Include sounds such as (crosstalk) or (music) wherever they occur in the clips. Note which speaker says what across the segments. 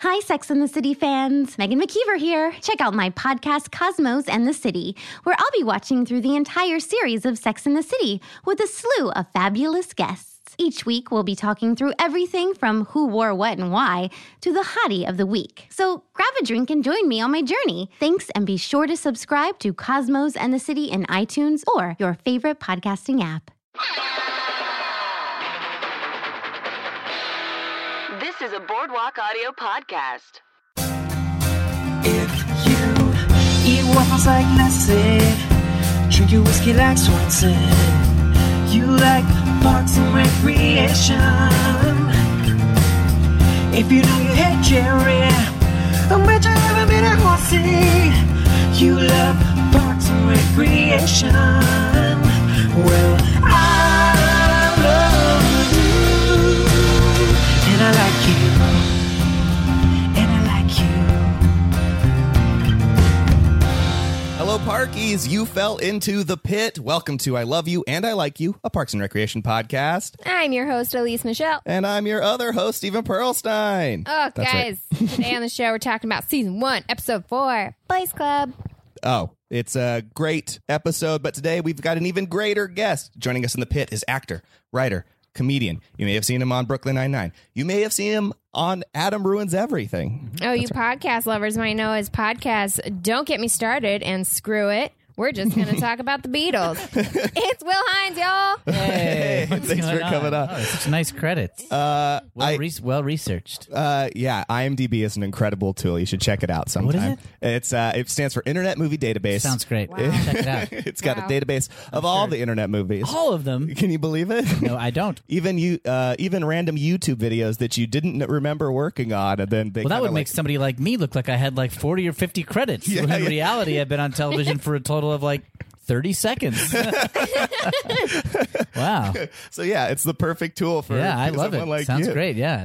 Speaker 1: Hi, Sex and the City fans. Megan McKeever here. Check out my podcast, Cosmos and the City, where I'll be watching through the entire series of Sex and the City with a slew of fabulous guests. Each week, we'll be talking through everything from who wore what and why to the hottie of the week. So grab a drink and join me on my journey. Thanks, and be sure to subscribe to Cosmos and the City in iTunes or your favorite podcasting app.
Speaker 2: This is a Boardwalk Audio podcast.
Speaker 3: If you eat waffles like Nessie, drink your whiskey like Swanson, you like parks and recreation. If you know you hate Jerry, I bet you haven't been a horsey. You love parks and recreation. Well, I love you, and I like you, and I like you.
Speaker 4: Hello, Parkies. You fell into the pit. Welcome to I Love You and I Like You, a Parks and Recreation podcast.
Speaker 5: I'm your host, Elise Michelle.
Speaker 4: And I'm your other host, Stephen Perlstein.
Speaker 5: Oh,
Speaker 4: That's right.
Speaker 5: guys, today on the show, we're talking about season one, episode four, Boys Club.
Speaker 4: Oh, it's a great episode, but today we've got an even greater guest. Joining us in the pit is actor, writer, comedian. You may have seen him on Brooklyn Nine-Nine. You may have seen him on Adam Ruins Everything.
Speaker 5: Oh, you podcast lovers might know his podcast, Don't Get Me Started and Screw It. We're just going to talk about the
Speaker 6: (laughs)
Speaker 5: Beatles. it's Will Hines, y'all.
Speaker 4: (laughs) Hey, thanks for coming on.
Speaker 6: Oh, such nice credits.
Speaker 4: Uh,
Speaker 6: well,
Speaker 4: I-
Speaker 6: re- well researched.
Speaker 4: Uh, yeah, IMDb is an incredible tool. You should check it out
Speaker 6: is
Speaker 4: sometime. It's uh, it stands for Internet Movie Database.
Speaker 6: Sounds great. Check (laughs) it
Speaker 4: (laughs)
Speaker 6: out.
Speaker 4: it's got
Speaker 5: Wow.
Speaker 4: a database of all the internet movies.
Speaker 6: All of them.
Speaker 4: Oh, Can you believe it?
Speaker 6: No, I don't.
Speaker 4: (laughs) Even you, uh, even random YouTube videos that you didn't remember working on, and then they
Speaker 6: Well, that
Speaker 4: kinda
Speaker 6: would make
Speaker 4: like,
Speaker 6: somebody like me look like I had like 40 or 50 credits. when in
Speaker 4: yeah.
Speaker 6: reality, I've been on television for a total of like
Speaker 4: (laughs)
Speaker 6: 30 seconds. (laughs) wow.
Speaker 4: So yeah, it's the perfect tool for
Speaker 6: Yeah, I love
Speaker 4: someone
Speaker 6: it.
Speaker 4: Like
Speaker 6: Sounds
Speaker 4: you.
Speaker 6: great, yeah.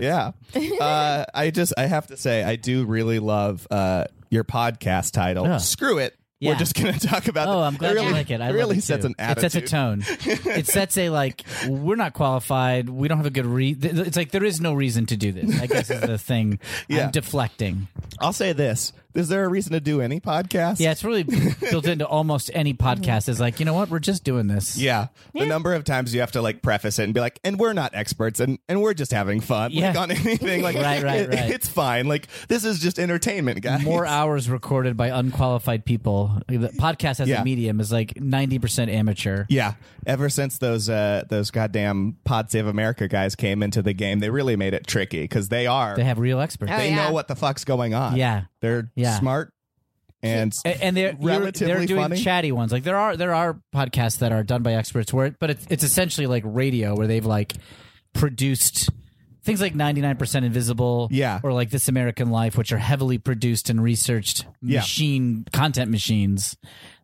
Speaker 4: yeah. uh, I just I have to say I do really love uh, your podcast title.
Speaker 6: Yeah.
Speaker 4: Screw it.
Speaker 6: Yeah.
Speaker 4: We're just going to (laughs) talk about.
Speaker 6: Oh,
Speaker 4: it.
Speaker 6: I'm glad
Speaker 4: it really,
Speaker 6: you like it. I
Speaker 4: it
Speaker 6: love
Speaker 4: really
Speaker 6: it,
Speaker 4: sets
Speaker 6: too.
Speaker 4: an attitude.
Speaker 6: It sets a
Speaker 4: (laughs)
Speaker 6: tone. it sets a like we're not qualified. We don't have a good re. th- th- It's like there is no reason to do this. I guess is the thing.
Speaker 4: Yeah.
Speaker 6: I'm deflecting.
Speaker 4: I'll say this: Is there a reason to do any podcast?
Speaker 6: Yeah, it's really built into almost any podcast. Is like you know what? We're just doing this.
Speaker 4: (laughs) Yeah. The number of times you have to like preface it and be like, and we're not experts and, and we're just having fun. Like
Speaker 6: Yeah.
Speaker 4: on (laughs) anything. Like
Speaker 6: Right, right,
Speaker 4: it-
Speaker 6: right.
Speaker 4: it's fine. Like this is just entertainment, guys. (laughs)
Speaker 6: more hours recorded by unqualified people. The podcast as
Speaker 4: Yeah.
Speaker 6: a medium is like 90% amateur.
Speaker 4: yeah. Ever since those uh those goddamn Pod Save America guys came into the game, they really made it tricky because they are
Speaker 6: They
Speaker 4: they,
Speaker 6: have real experts.
Speaker 5: Oh, yeah.
Speaker 4: know what the fuck's going on.
Speaker 6: Yeah.
Speaker 4: They're
Speaker 6: Yeah. Eh,
Speaker 4: smart and
Speaker 6: A- And they're you're-
Speaker 4: Relatively
Speaker 6: they're doing
Speaker 4: funny.
Speaker 6: chatty ones. Like there are there are podcasts that are done by experts where but it's, it's essentially like radio where they've like produced things like 99% invisible
Speaker 4: Yeah.
Speaker 6: or like this american life which are heavily produced and researched
Speaker 4: Yeah.
Speaker 6: machine content machines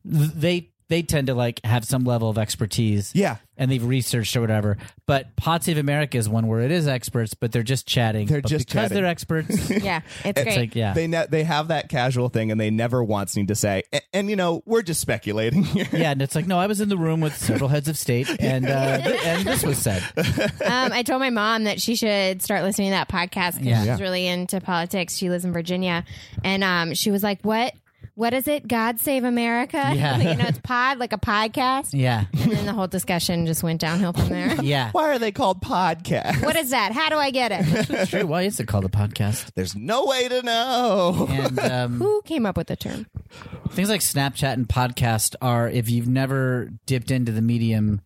Speaker 6: Th- they they tend to like have some level of expertise
Speaker 4: Yeah.
Speaker 6: and they've researched or whatever. But Pod Save America is one where it is experts, but they're just chatting.
Speaker 4: They're
Speaker 6: But
Speaker 4: just
Speaker 6: because
Speaker 4: chatting.
Speaker 6: they're
Speaker 4: (laughs)
Speaker 6: experts. it's
Speaker 5: Yeah, it's great.
Speaker 6: like yeah,
Speaker 4: They ne- they have that casual thing, and they never once need to say. "A- And you know, we're just speculating here.
Speaker 6: yeah, and it's like no, I was in the room with several heads of (laughs) state, and uh, th- and this was said.
Speaker 5: um, I told my mom that she should start listening to that podcast because
Speaker 6: Yeah.
Speaker 5: she's
Speaker 6: Yeah.
Speaker 5: really into politics. She lives in Virginia, and um, she was like, "What? What is it? God Save America?
Speaker 6: Yeah.
Speaker 5: (laughs) you know, it's pod like a podcast."
Speaker 6: Yeah,
Speaker 5: And then the whole discussion just went downhill from there.
Speaker 6: (laughs) yeah,
Speaker 4: (laughs) Why are they called podcasts?
Speaker 5: What is that? How do I get it?
Speaker 6: (laughs) It's true. Why is it called a podcast?
Speaker 4: There's no way to know.
Speaker 6: And um,
Speaker 5: Who came up with the term?
Speaker 6: things like Snapchat and podcast are, if you've never dipped into the medium,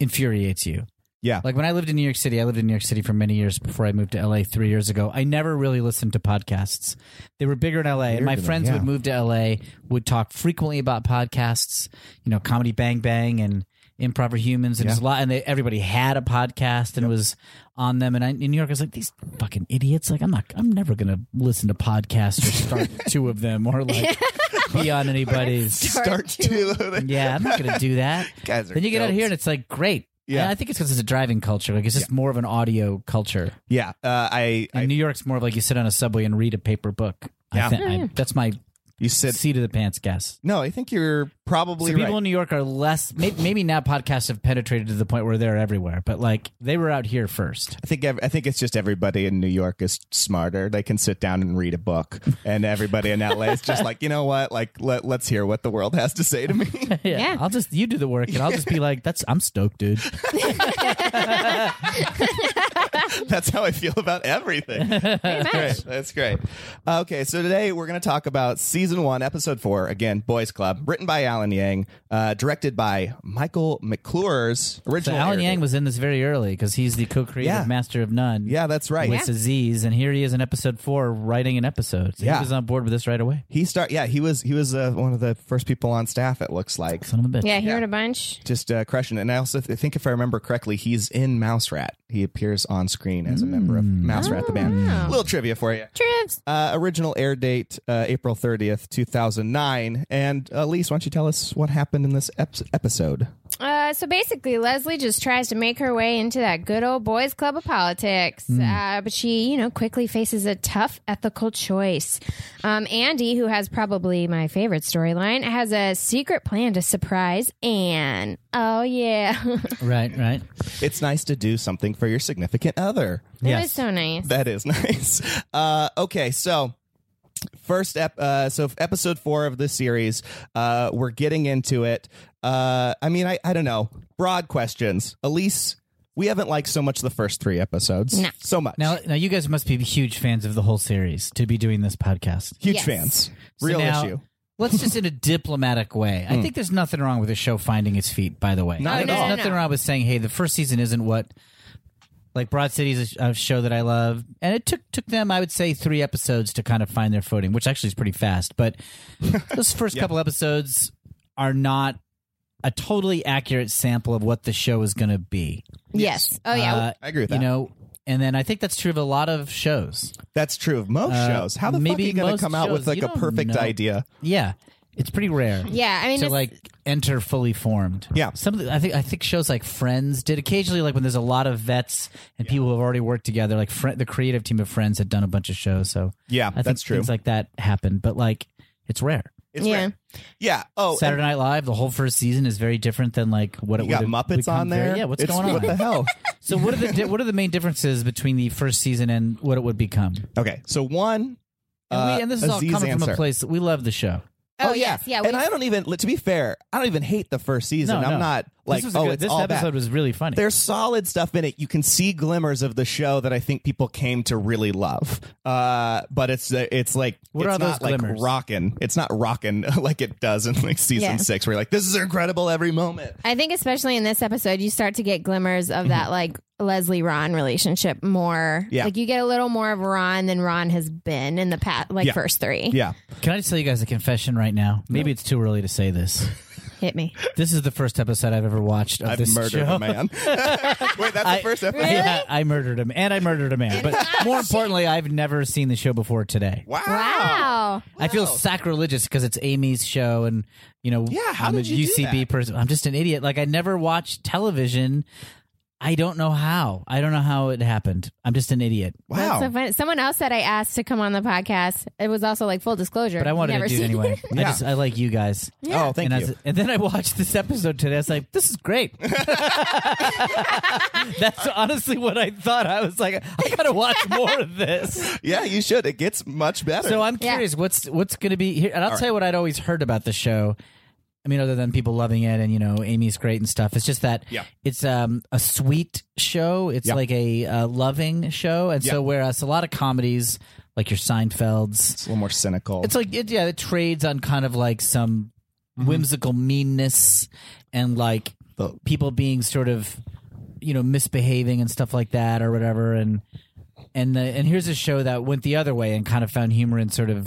Speaker 6: infuriates you.
Speaker 4: Yeah.
Speaker 6: Like when I lived in New York City, I lived in New York City for many years before I moved to LA three years ago. I never really listened to podcasts. They were bigger in LA, and my friends would move to LA, would talk frequently about podcasts. You know, comedy Bang Bang and Improv for Humans, and there's a lot. And they, everybody had a podcast and was on them. And I, in New York, I was like, these fucking idiots. Like, I'm not. I'm never gonna listen to podcasts or start two of them or like be on
Speaker 4: (laughs)
Speaker 6: anybody's.
Speaker 4: start to
Speaker 6: Yeah, I'm not going to do that.
Speaker 4: (laughs) Guys are
Speaker 6: then you get out
Speaker 4: goats.
Speaker 6: here and it's like great.
Speaker 4: Yeah.
Speaker 6: And I think it's because it's a driving culture. Like it's just more of an audio culture.
Speaker 4: yeah uh, I,
Speaker 6: And
Speaker 4: I
Speaker 6: New York's more of like you sit on a subway and read a paper book. I
Speaker 4: Yeah.
Speaker 6: think I, that's my
Speaker 4: You said
Speaker 6: seat of the pants guess.
Speaker 4: no. I think you're probably
Speaker 6: So people
Speaker 4: right.
Speaker 6: in New York are less. Maybe, maybe now podcasts have penetrated to the point where they're everywhere, but like they were out here first.
Speaker 4: I think ev- I think it's just everybody in New York is smarter. They can sit down and read a book, and everybody in LA is just like, you know what? Like, let, let's hear what the world has to say to
Speaker 6: (laughs)
Speaker 4: me.
Speaker 5: Yeah.
Speaker 6: I'll just you do the work, and I'll just be like, "That's I'm
Speaker 4: (laughs)
Speaker 6: stoked, dude."
Speaker 4: That's how I feel about
Speaker 6: (laughs)
Speaker 4: everything.
Speaker 5: Pretty much.
Speaker 4: Great. That's great. Uh, Okay, so today we're going to talk about season one, episode four. Again, Boys Club, written by Alan Yang, uh, directed by Michael McClure's
Speaker 6: So
Speaker 4: original.
Speaker 6: Alan
Speaker 4: narrative.
Speaker 6: Yang was in this very early because he's the co-creative
Speaker 4: Yeah.
Speaker 6: master of none.
Speaker 4: Yeah, that's right.
Speaker 6: With Aziz, and here he is in episode four writing an episode. So
Speaker 4: Yeah.
Speaker 6: he was on board with this right away.
Speaker 4: He start. Yeah, he was. He was uh, one of the first people on staff. It looks like
Speaker 6: Son of a bitch.
Speaker 5: Yeah, I heard a bunch.
Speaker 4: just uh, crushing. it. And I also th- think, if I remember correctly, he's in Mouse Rat. He appears on screen as a member of
Speaker 6: Mm.
Speaker 4: Mouse Rat, the band. Little trivia for you.
Speaker 5: Trivs.
Speaker 4: Uh, original air date uh, April 30th, 2009. And Elise, why don't you tell us what happened in this ep- episode?
Speaker 5: Uh, so basically, Leslie just tries to make her way into that good old boys' club of politics, uh, but she, you know, quickly faces a tough ethical choice. Um, Andy, who has probably my favorite storyline, has a secret plan to surprise Anne. Oh yeah, (laughs) it
Speaker 6: Right, right.
Speaker 4: It's nice to do something for your significant other.
Speaker 6: Yes.
Speaker 5: was so nice.
Speaker 4: That is (laughs) nice. Uh, okay, so first ep- uh, so episode four of this series, uh, we're getting into it. Uh, I mean, I, I don't know. Broad questions, Elise. We haven't liked so much the first three episodes.
Speaker 5: No.
Speaker 4: So much.
Speaker 6: Now, now you guys must be huge fans of the whole series to be doing this podcast.
Speaker 4: Huge
Speaker 5: Yes.
Speaker 4: fans.
Speaker 6: So
Speaker 4: Real
Speaker 6: now-
Speaker 4: issue. Hmm.
Speaker 6: Let's just in a diplomatic way. I think there's nothing wrong with the show finding its feet. By the way,
Speaker 4: Not
Speaker 6: I
Speaker 4: at
Speaker 6: think there's
Speaker 4: all.
Speaker 6: nothing wrong with saying, "Hey, the first season isn't what." Like Broad City is a, a show that I love, and it took took them, I would say, three episodes to kind of find their footing, which actually is pretty fast.
Speaker 4: (laughs)
Speaker 6: But those first couple episodes are not a totally accurate sample of what the show is going to be.
Speaker 5: Yes. Oh yeah.
Speaker 6: Uh,
Speaker 4: I agree with
Speaker 6: you
Speaker 4: that.
Speaker 6: know, and then I think that's true of a lot of shows.
Speaker 4: That's true of most
Speaker 6: Uh,
Speaker 4: shows. How the fuck are
Speaker 6: maybe
Speaker 4: you going to
Speaker 6: most
Speaker 4: come out with
Speaker 6: shows,
Speaker 4: like
Speaker 6: you
Speaker 4: a
Speaker 6: don't
Speaker 4: perfect
Speaker 6: know.
Speaker 4: idea?
Speaker 6: Yeah, it's pretty rare.
Speaker 5: (laughs) yeah. I mean,
Speaker 6: to
Speaker 5: it's-
Speaker 6: like enter fully formed.
Speaker 4: Yeah.
Speaker 6: Some of the, I think I think shows like Friends did occasionally like when there's a lot of vets and people who have already worked together. Like Fri the creative team of Friends had done a bunch of shows, so
Speaker 4: Yeah,
Speaker 6: I think
Speaker 4: that's true.
Speaker 6: Things like that happen, but like it's rare.
Speaker 4: It's
Speaker 5: Yeah.
Speaker 4: rare. Yeah. Oh,
Speaker 6: Saturday Night Live, the whole first season is very different than like what
Speaker 4: and
Speaker 6: it
Speaker 4: you got
Speaker 6: would have
Speaker 4: Muppets
Speaker 6: become
Speaker 4: on
Speaker 6: very-
Speaker 4: there.
Speaker 6: yeah, what's
Speaker 4: It's-
Speaker 6: going on?
Speaker 4: What the
Speaker 6: (laughs)
Speaker 4: hell?
Speaker 6: So what are the di- what are the main differences between the first season and what it would become?
Speaker 4: okay, so one.
Speaker 6: And,
Speaker 4: uh,
Speaker 6: we, and this is all
Speaker 4: Aziz
Speaker 6: coming from
Speaker 4: answer.
Speaker 6: a place that we love the show.
Speaker 5: oh,
Speaker 4: Oh, yeah,
Speaker 5: yes, yeah.
Speaker 4: and I don't even. To be fair, I don't even hate the first season.
Speaker 6: No,
Speaker 4: I'm
Speaker 6: no.
Speaker 4: not
Speaker 6: this
Speaker 4: like,
Speaker 6: was a
Speaker 4: oh,
Speaker 6: good,
Speaker 4: it's
Speaker 6: this
Speaker 4: all
Speaker 6: episode
Speaker 4: bad.
Speaker 6: was really funny.
Speaker 4: There's solid stuff in it. You can see glimmers of the show that I think people came to really love. Uh, but it's uh, it's like
Speaker 6: What
Speaker 4: it's
Speaker 6: are those
Speaker 4: not like
Speaker 6: glimmers?
Speaker 4: rocking. It's not rocking (laughs) like it does in like season
Speaker 5: Yeah.
Speaker 4: six, where you're like, this is incredible every moment.
Speaker 5: I think especially in this episode, you start to get glimmers of
Speaker 6: Mm-hmm.
Speaker 5: that like Leslie Ron relationship more.
Speaker 4: Yeah.
Speaker 5: Like you get a little more of Ron than Ron has been in the past, like
Speaker 4: Yeah.
Speaker 5: first three.
Speaker 4: Yeah,
Speaker 6: Can I just tell you guys a confession right now? Maybe it's too early to say (laughs) this.
Speaker 5: Hit me.
Speaker 6: This is the first episode I've ever watched of
Speaker 4: I've
Speaker 6: this
Speaker 4: murdered
Speaker 6: show.
Speaker 4: a
Speaker 6: (laughs)
Speaker 4: man. Wait, that's the first episode.
Speaker 6: Yeah, I murdered him, and I murdered a man. But more importantly, I've never seen the show before today.
Speaker 4: Wow.
Speaker 5: Wow.
Speaker 6: I feel sacrilegious because it's Amy's show, and you know,
Speaker 4: Yeah, how
Speaker 6: I'm
Speaker 4: did
Speaker 6: a
Speaker 4: you do
Speaker 6: UCB
Speaker 4: that?
Speaker 6: person. I'm just an idiot. Like I never watched television. I don't know how. I don't know how it happened. I'm just an idiot.
Speaker 4: Wow.
Speaker 5: So funny. Someone else that I asked to come on the podcast, it was also like full disclosure.
Speaker 6: But I wanted
Speaker 5: Never
Speaker 6: to do it
Speaker 5: seen
Speaker 6: anyway. I
Speaker 4: Yeah.
Speaker 6: just I like you guys.
Speaker 4: Oh, thank
Speaker 6: and
Speaker 4: you.
Speaker 6: I was- and then I watched this episode today. I was like, this
Speaker 4: (laughs)
Speaker 6: is great. (laughs) That's honestly what I thought. I was like, I gotta watch more of this.
Speaker 4: yeah, you should. It gets much better.
Speaker 6: So I'm
Speaker 5: Yeah.
Speaker 6: curious, what's what's gonna be here? And I'll tell you what I'd always heard about the show. I mean, other than people loving it and you know Amy's great and stuff, it's just that
Speaker 4: Yeah.
Speaker 6: it's um, a sweet show. It's
Speaker 4: Yeah.
Speaker 6: like a uh, loving show, and
Speaker 4: Yeah.
Speaker 6: so whereas a lot of comedies like your Seinfelds,
Speaker 4: it's a little more cynical.
Speaker 6: It's like it, yeah, it trades on kind of like some whimsical meanness and like
Speaker 4: Mm-hmm. The-
Speaker 6: people being sort of you know misbehaving and stuff like that or whatever and and the, and here's a show that went the other way and kind of found humor and sort of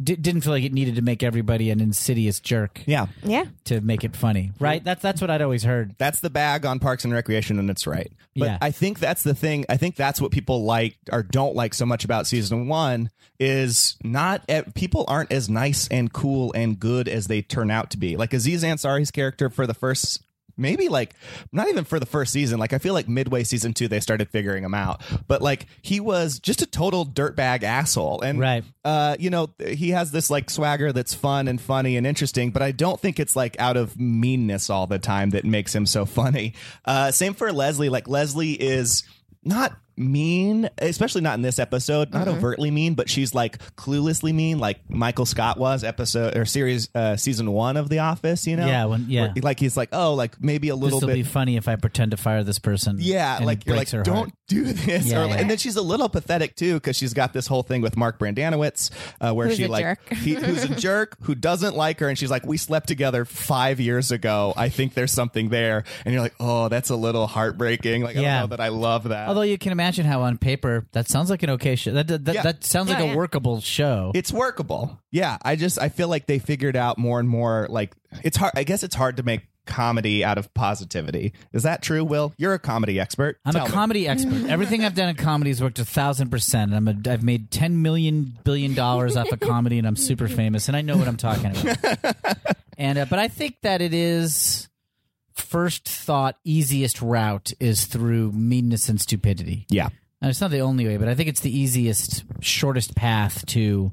Speaker 6: di- didn't feel like it needed to make everybody an insidious jerk
Speaker 4: yeah,
Speaker 5: (laughs) Yeah.
Speaker 6: to make it funny right that's that's what I'd always heard
Speaker 4: that's the bag on Parks and Recreation, and it's right. But
Speaker 6: Yeah.
Speaker 4: I think that's the thing. I think that's what people like or don't like so much about season one is not eh, people aren't as nice and cool and good as they turn out to be. Like Aziz Ansari's character for the first maybe like not even for the first season. Like I feel like midway season two they started figuring him out, but like he was just a total dirtbag asshole. And
Speaker 6: Right.
Speaker 4: uh, you know, he has this like swagger that's fun and funny and interesting, but I don't think it's like out of meanness all the time that makes him so (laughs) funny. Uh, same for Leslie. Like Leslie is not mean, especially not in this episode, not
Speaker 6: Mm-hmm.
Speaker 4: overtly mean, but she's like cluelessly mean, like Michael Scott was episode or series uh, season one of The Office. You know,
Speaker 6: Yeah, when- yeah.
Speaker 4: Where, like he's like, oh, like maybe a
Speaker 6: This
Speaker 4: little
Speaker 6: will
Speaker 4: bit
Speaker 6: be funny if I pretend to fire this person.
Speaker 4: yeah,
Speaker 6: and it
Speaker 4: like you're like,
Speaker 6: breaks her
Speaker 4: don't
Speaker 6: heart.
Speaker 4: do this.
Speaker 6: Yeah,
Speaker 4: or,
Speaker 6: yeah.
Speaker 4: And then she's a little pathetic too because she's got this whole thing with Mark Brandanowitz, uh, where
Speaker 5: Who's
Speaker 4: she
Speaker 5: a
Speaker 4: like
Speaker 5: jerk.
Speaker 4: he, who's
Speaker 5: (laughs)
Speaker 4: a jerk who doesn't like her, and she's like, we slept together five years ago. I think there's something there, and you're like, oh, that's a little heartbreaking. Like I
Speaker 6: Yeah.
Speaker 4: don't know that I love that.
Speaker 6: Although you can imagine how on paper that sounds like an okay show. That that, that,
Speaker 4: Yeah.
Speaker 6: that sounds like
Speaker 5: Yeah,
Speaker 6: a
Speaker 5: yeah.
Speaker 6: workable show.
Speaker 4: it's workable. Yeah, I just I feel like they figured out more and more. Like it's hard. I guess it's hard to make comedy out of positivity. Is that true? Will you're a comedy expert?
Speaker 6: I'm
Speaker 4: Tell
Speaker 6: a
Speaker 4: me.
Speaker 6: comedy expert. Everything I've done in comedy has worked a thousand percent. And I'm a, I've made ten million billion dollars off of comedy, and I'm super famous, and I know what I'm talking about.
Speaker 4: (laughs)
Speaker 6: and uh, but I think that it is first thought easiest route is through meanness and stupidity.
Speaker 4: Yeah.
Speaker 6: And it's not the only way, but I think it's the easiest, shortest path to.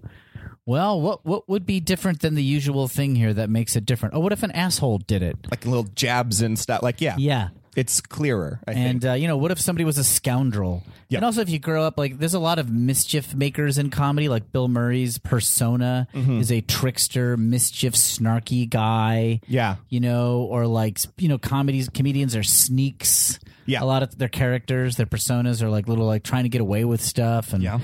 Speaker 6: Well, what what would be different than the usual thing here that makes it different? Oh, what if an asshole did it?
Speaker 4: Like little jabs and stuff. Like yeah,
Speaker 6: Yeah,
Speaker 4: it's clearer. I think.
Speaker 6: and uh, you know, what if somebody was a scoundrel?
Speaker 4: Yeah.
Speaker 6: And also, if you grow up like, there's a lot of mischief makers in comedy. Like Bill Murray's persona
Speaker 4: Mm-hmm.
Speaker 6: is a trickster, mischief, snarky guy.
Speaker 4: Yeah.
Speaker 6: you know, or like you know, comedies comedians are sneaks.
Speaker 4: Yeah.
Speaker 6: a lot of their characters, their personas are like little like trying to get away with stuff. And
Speaker 4: Yeah.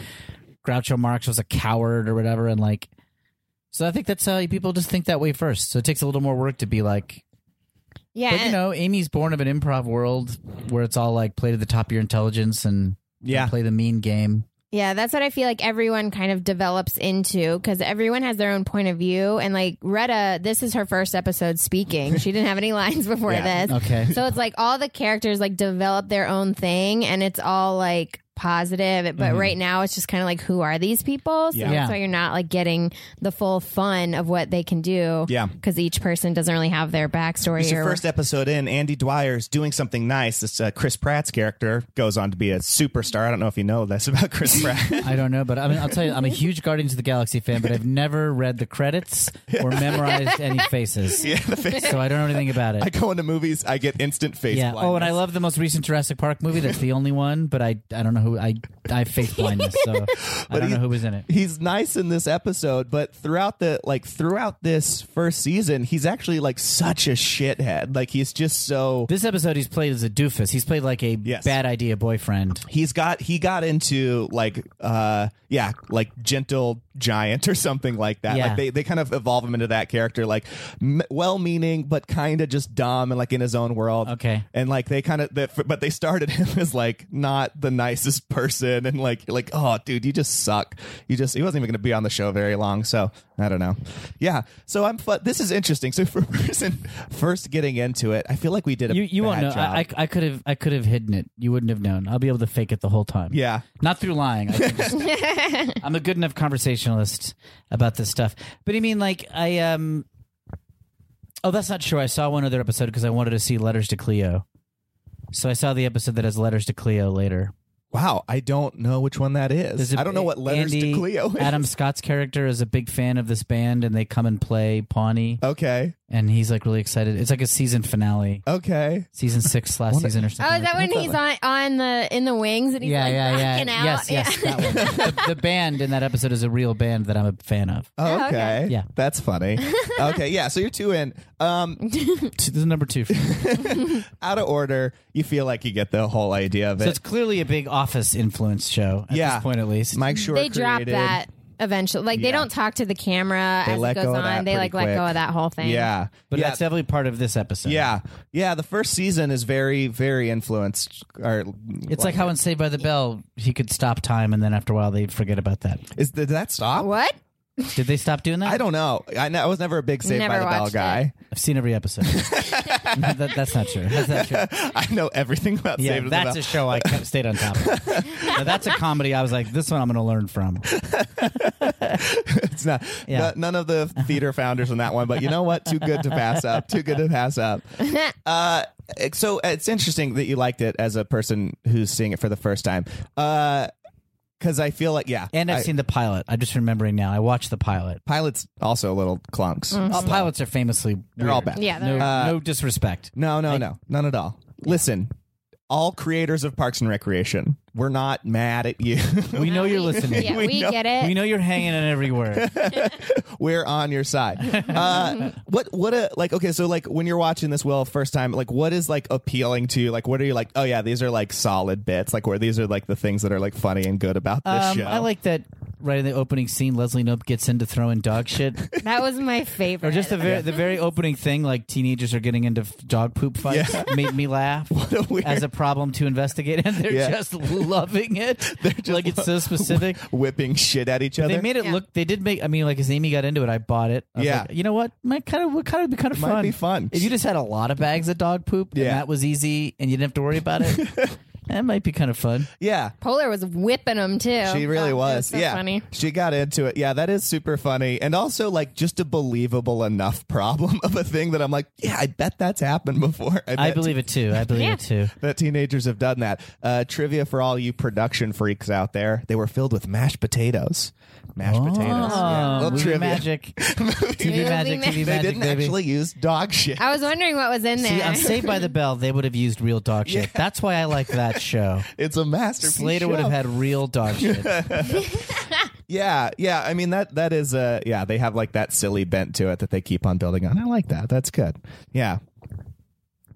Speaker 6: Groucho Marx was a coward or whatever, and like. So I think that's how people just think that way first. So it takes a little more work to be like,
Speaker 5: Yeah,
Speaker 6: but you
Speaker 5: and-
Speaker 6: know, Amy's born of an improv world where it's all like play to the top of your intelligence and
Speaker 4: Yeah.
Speaker 6: play the mean game.
Speaker 5: Yeah, that's what I feel like everyone kind of develops into because everyone has their own point of view. And like Retta, this is her first episode speaking. She didn't have any (laughs) lines before
Speaker 4: Yeah,
Speaker 5: this.
Speaker 6: okay.
Speaker 5: So it's like all the characters like develop their own thing and it's all like positive. But right now it's just kind of like, who are these people? So
Speaker 4: Mm-hmm. Yeah.
Speaker 6: Yeah.
Speaker 5: that's why you're not like getting the full fun of what they can do.
Speaker 4: Yeah.
Speaker 5: Because each person doesn't really have their backstory
Speaker 4: It's
Speaker 5: or
Speaker 4: your first episode in. Andy Dwyer's doing something nice. This uh, Chris Pratt's character goes on to be a superstar. I don't know if you know this about
Speaker 6: (laughs)
Speaker 4: Chris Pratt.
Speaker 6: (laughs)
Speaker 4: (laughs)
Speaker 6: I don't know, but I mean, I'll tell you, I'm a huge Guardians of the Galaxy fan, but I've never read the credits
Speaker 4: (laughs)
Speaker 6: or memorized any faces.
Speaker 4: yeah, the face.
Speaker 6: So I don't know anything about it.
Speaker 4: I go into movies, I get instant face.
Speaker 6: yeah. Oh, and I love the most recent Jurassic Park movie. That's the only one, but I I don't know who I I have face blindness,
Speaker 4: (laughs)
Speaker 6: so I don't
Speaker 4: he-
Speaker 6: know who was in it.
Speaker 4: He's nice in this episode, but throughout the like throughout this first season, he's actually like such a shithead. Like he's just so
Speaker 6: This episode, he's played as a doofus. He's played like a
Speaker 4: Yes.
Speaker 6: bad idea boyfriend.
Speaker 4: he's got he got into like uh yeah like gentle giant or something like that
Speaker 6: Yeah.
Speaker 4: like they, they kind of evolve him into that character like m- well-meaning but kind of just dumb and like in his own world
Speaker 6: Okay.
Speaker 4: and like they kind of that but they started (laughs) him as like not the nicest person and like you're like oh dude you just suck you just he wasn't even gonna be on the show very long so i don't know yeah so i'm fu- this is interesting so (laughs) for a person first getting into it i feel like we did a
Speaker 6: You you won't
Speaker 4: bad
Speaker 6: know.
Speaker 4: job.
Speaker 6: I I could have I could have hidden it. You wouldn't have known. I'll be able to fake it the whole time.
Speaker 4: yeah
Speaker 6: Not through lying. I
Speaker 5: (laughs)
Speaker 6: can just- I'm a good enough conversationalist about this stuff. But I mean, like, I um. Oh, that's not true. I saw one other episode because I wanted to see Letters to Cleo. So I saw the episode that has Letters to Cleo later.
Speaker 4: Wow, I don't know which one that is.
Speaker 6: There's a-
Speaker 4: I don't know what letters
Speaker 6: Andy-
Speaker 4: to Cleo is.
Speaker 6: Adam Scott's character is a big fan of this band, and they come and play Pawnee,
Speaker 4: (laughs) Okay,
Speaker 6: and he's like really excited. It's like a season finale,
Speaker 4: Oh. okay.
Speaker 6: season six last season or something.
Speaker 5: Oh, is
Speaker 6: like
Speaker 5: that when he's on, on the in the wings and he's
Speaker 6: yeah,
Speaker 5: like
Speaker 6: yeah, yeah.
Speaker 5: rocking out?
Speaker 6: Yes,
Speaker 5: Yeah.
Speaker 6: yes. That one. the, the band in that episode is a real band that I'm a fan of.
Speaker 5: Oh,
Speaker 4: Okay.
Speaker 6: Yeah.
Speaker 4: That's
Speaker 5: (laughs)
Speaker 4: funny. okay, yeah, so you're two in. Um
Speaker 6: This is number two. For me.
Speaker 4: out of order, you feel like you get the whole idea of
Speaker 6: so it's
Speaker 4: it.
Speaker 6: clearly a big office influence show at
Speaker 4: Yeah.
Speaker 6: this point, at least.
Speaker 4: Mike Shore
Speaker 5: they drop
Speaker 4: created-
Speaker 5: that eventually. Like
Speaker 4: Yeah.
Speaker 5: they don't talk to the camera
Speaker 4: They
Speaker 5: as
Speaker 4: let
Speaker 5: it goes
Speaker 4: go of that
Speaker 5: on. They
Speaker 4: pretty
Speaker 5: like
Speaker 4: quick.
Speaker 5: let go of that whole thing.
Speaker 4: Yeah.
Speaker 6: but
Speaker 4: yeah.
Speaker 6: that's definitely part of this episode.
Speaker 4: yeah. Yeah, the first season is very very influenced or
Speaker 6: It's like how in Saved by the Bell, he could stop time, and then after a while, they'd forget about that.
Speaker 4: is did that stop?
Speaker 5: What?
Speaker 6: Did they stop doing that?
Speaker 4: I don't know. I, ne- I was never a big Saved by
Speaker 5: Never
Speaker 4: the Bell
Speaker 5: watched
Speaker 4: guy. (laughs)
Speaker 6: I've seen every episode. No, that, that's not true.
Speaker 4: (laughs)
Speaker 6: That's not true.
Speaker 4: I know everything about
Speaker 6: Yeah,
Speaker 4: Saved by the Bell.
Speaker 6: that's a show I kept stayed on top of. Now, that's a comedy I was like, this one I'm going to learn from.
Speaker 4: it's not.
Speaker 6: Yeah.
Speaker 4: no- none of
Speaker 6: (laughs)
Speaker 4: the theater founders on that one, but you know what? Too good to pass up. Too good to pass
Speaker 6: (laughs)
Speaker 4: up. Uh, so it's interesting that you liked it as a person who's seeing it for the first time. Because I feel like, yeah.
Speaker 6: And I've
Speaker 4: I-
Speaker 6: seen the pilot. I'm just remembering now. I watched the pilot.
Speaker 4: pilots also little clunks.
Speaker 6: All pilots are famously
Speaker 4: They're all
Speaker 6: weird.
Speaker 4: bad.
Speaker 5: Yeah,
Speaker 6: No,
Speaker 5: they're-
Speaker 4: Uh,
Speaker 6: no disrespect.
Speaker 4: No, no, no, none at all. Listen, all creators of Parks and Recreation, we're not mad at you.
Speaker 6: (laughs) We know you're
Speaker 5: We- (laughs)
Speaker 6: listening.
Speaker 5: Yeah,
Speaker 4: We
Speaker 5: we,
Speaker 4: know-
Speaker 5: get it.
Speaker 6: We know you're hanging on
Speaker 4: (laughs)
Speaker 6: every word.
Speaker 4: we're on your side. Uh, what what a like okay, so like when you're watching this Will first time, like what is like appealing to you? Like what are you like, oh yeah, these are like solid bits, like where these are like the things that are like funny and good about this
Speaker 6: Um,
Speaker 4: show.
Speaker 6: I like that right in the opening scene, Leslie Nope gets into throwing dog shit.
Speaker 5: That was
Speaker 4: (laughs)
Speaker 5: my favorite.
Speaker 6: Or just the very, the very opening thing, like teenagers are getting into f- dog poop fights, (laughs) made
Speaker 4: (laughs)
Speaker 6: me laugh
Speaker 4: a weird-
Speaker 6: as a problem to investigate, and they're
Speaker 4: Yeah.
Speaker 6: just
Speaker 4: (laughs)
Speaker 6: loving it. they're
Speaker 4: just
Speaker 6: like it's so specific.
Speaker 4: whipping shit at each other.
Speaker 6: They made it
Speaker 5: Yeah.
Speaker 6: look. They did make. I mean, like as Amy got into it, I bought it. I was
Speaker 4: Yeah.
Speaker 6: like, you know what? Might kind of would kind of be kind of
Speaker 4: Might
Speaker 6: fun.
Speaker 4: be fun.
Speaker 6: If you just had a lot of bags of dog poop,
Speaker 4: Yeah.
Speaker 6: and that was easy, and you didn't have to worry about it.
Speaker 4: (laughs)
Speaker 6: that might be kind of fun.
Speaker 4: yeah.
Speaker 5: Polar was whipping them too.
Speaker 4: She really
Speaker 5: Oh, it
Speaker 4: was.
Speaker 5: so
Speaker 4: yeah.
Speaker 5: funny.
Speaker 4: She got into it. Yeah, that is super funny. And also like just a believable enough problem (laughs) of a thing that I'm like, yeah, I bet that's happened before. I,
Speaker 6: I
Speaker 4: bet
Speaker 6: believe it too. I believe
Speaker 5: Yeah.
Speaker 6: it too.
Speaker 4: that teenagers have done that. Uh, trivia for all you production freaks out there. They were filled with mashed potatoes. Mashed potatoes. Yeah.
Speaker 6: Oh,
Speaker 4: Little
Speaker 6: movie
Speaker 4: trivia. (laughs)
Speaker 6: magic. TV magic.
Speaker 5: magic.
Speaker 6: TV
Speaker 4: They
Speaker 6: magic.
Speaker 4: didn't
Speaker 6: baby.
Speaker 4: actually use dog shit.
Speaker 5: I was wondering what was in there.
Speaker 6: See,
Speaker 5: (laughs)
Speaker 6: on Saved by the Bell, they would have used real dog
Speaker 4: (laughs)
Speaker 6: shit. That's why I like that show.
Speaker 4: It's a masterpiece.
Speaker 6: Slater would
Speaker 4: show.
Speaker 6: have had real
Speaker 4: (laughs)
Speaker 6: dog shit.
Speaker 4: Yeah, yeah. I mean that that is uh yeah, they have like that silly bent to it that they keep on building on. I like that. That's good. Yeah.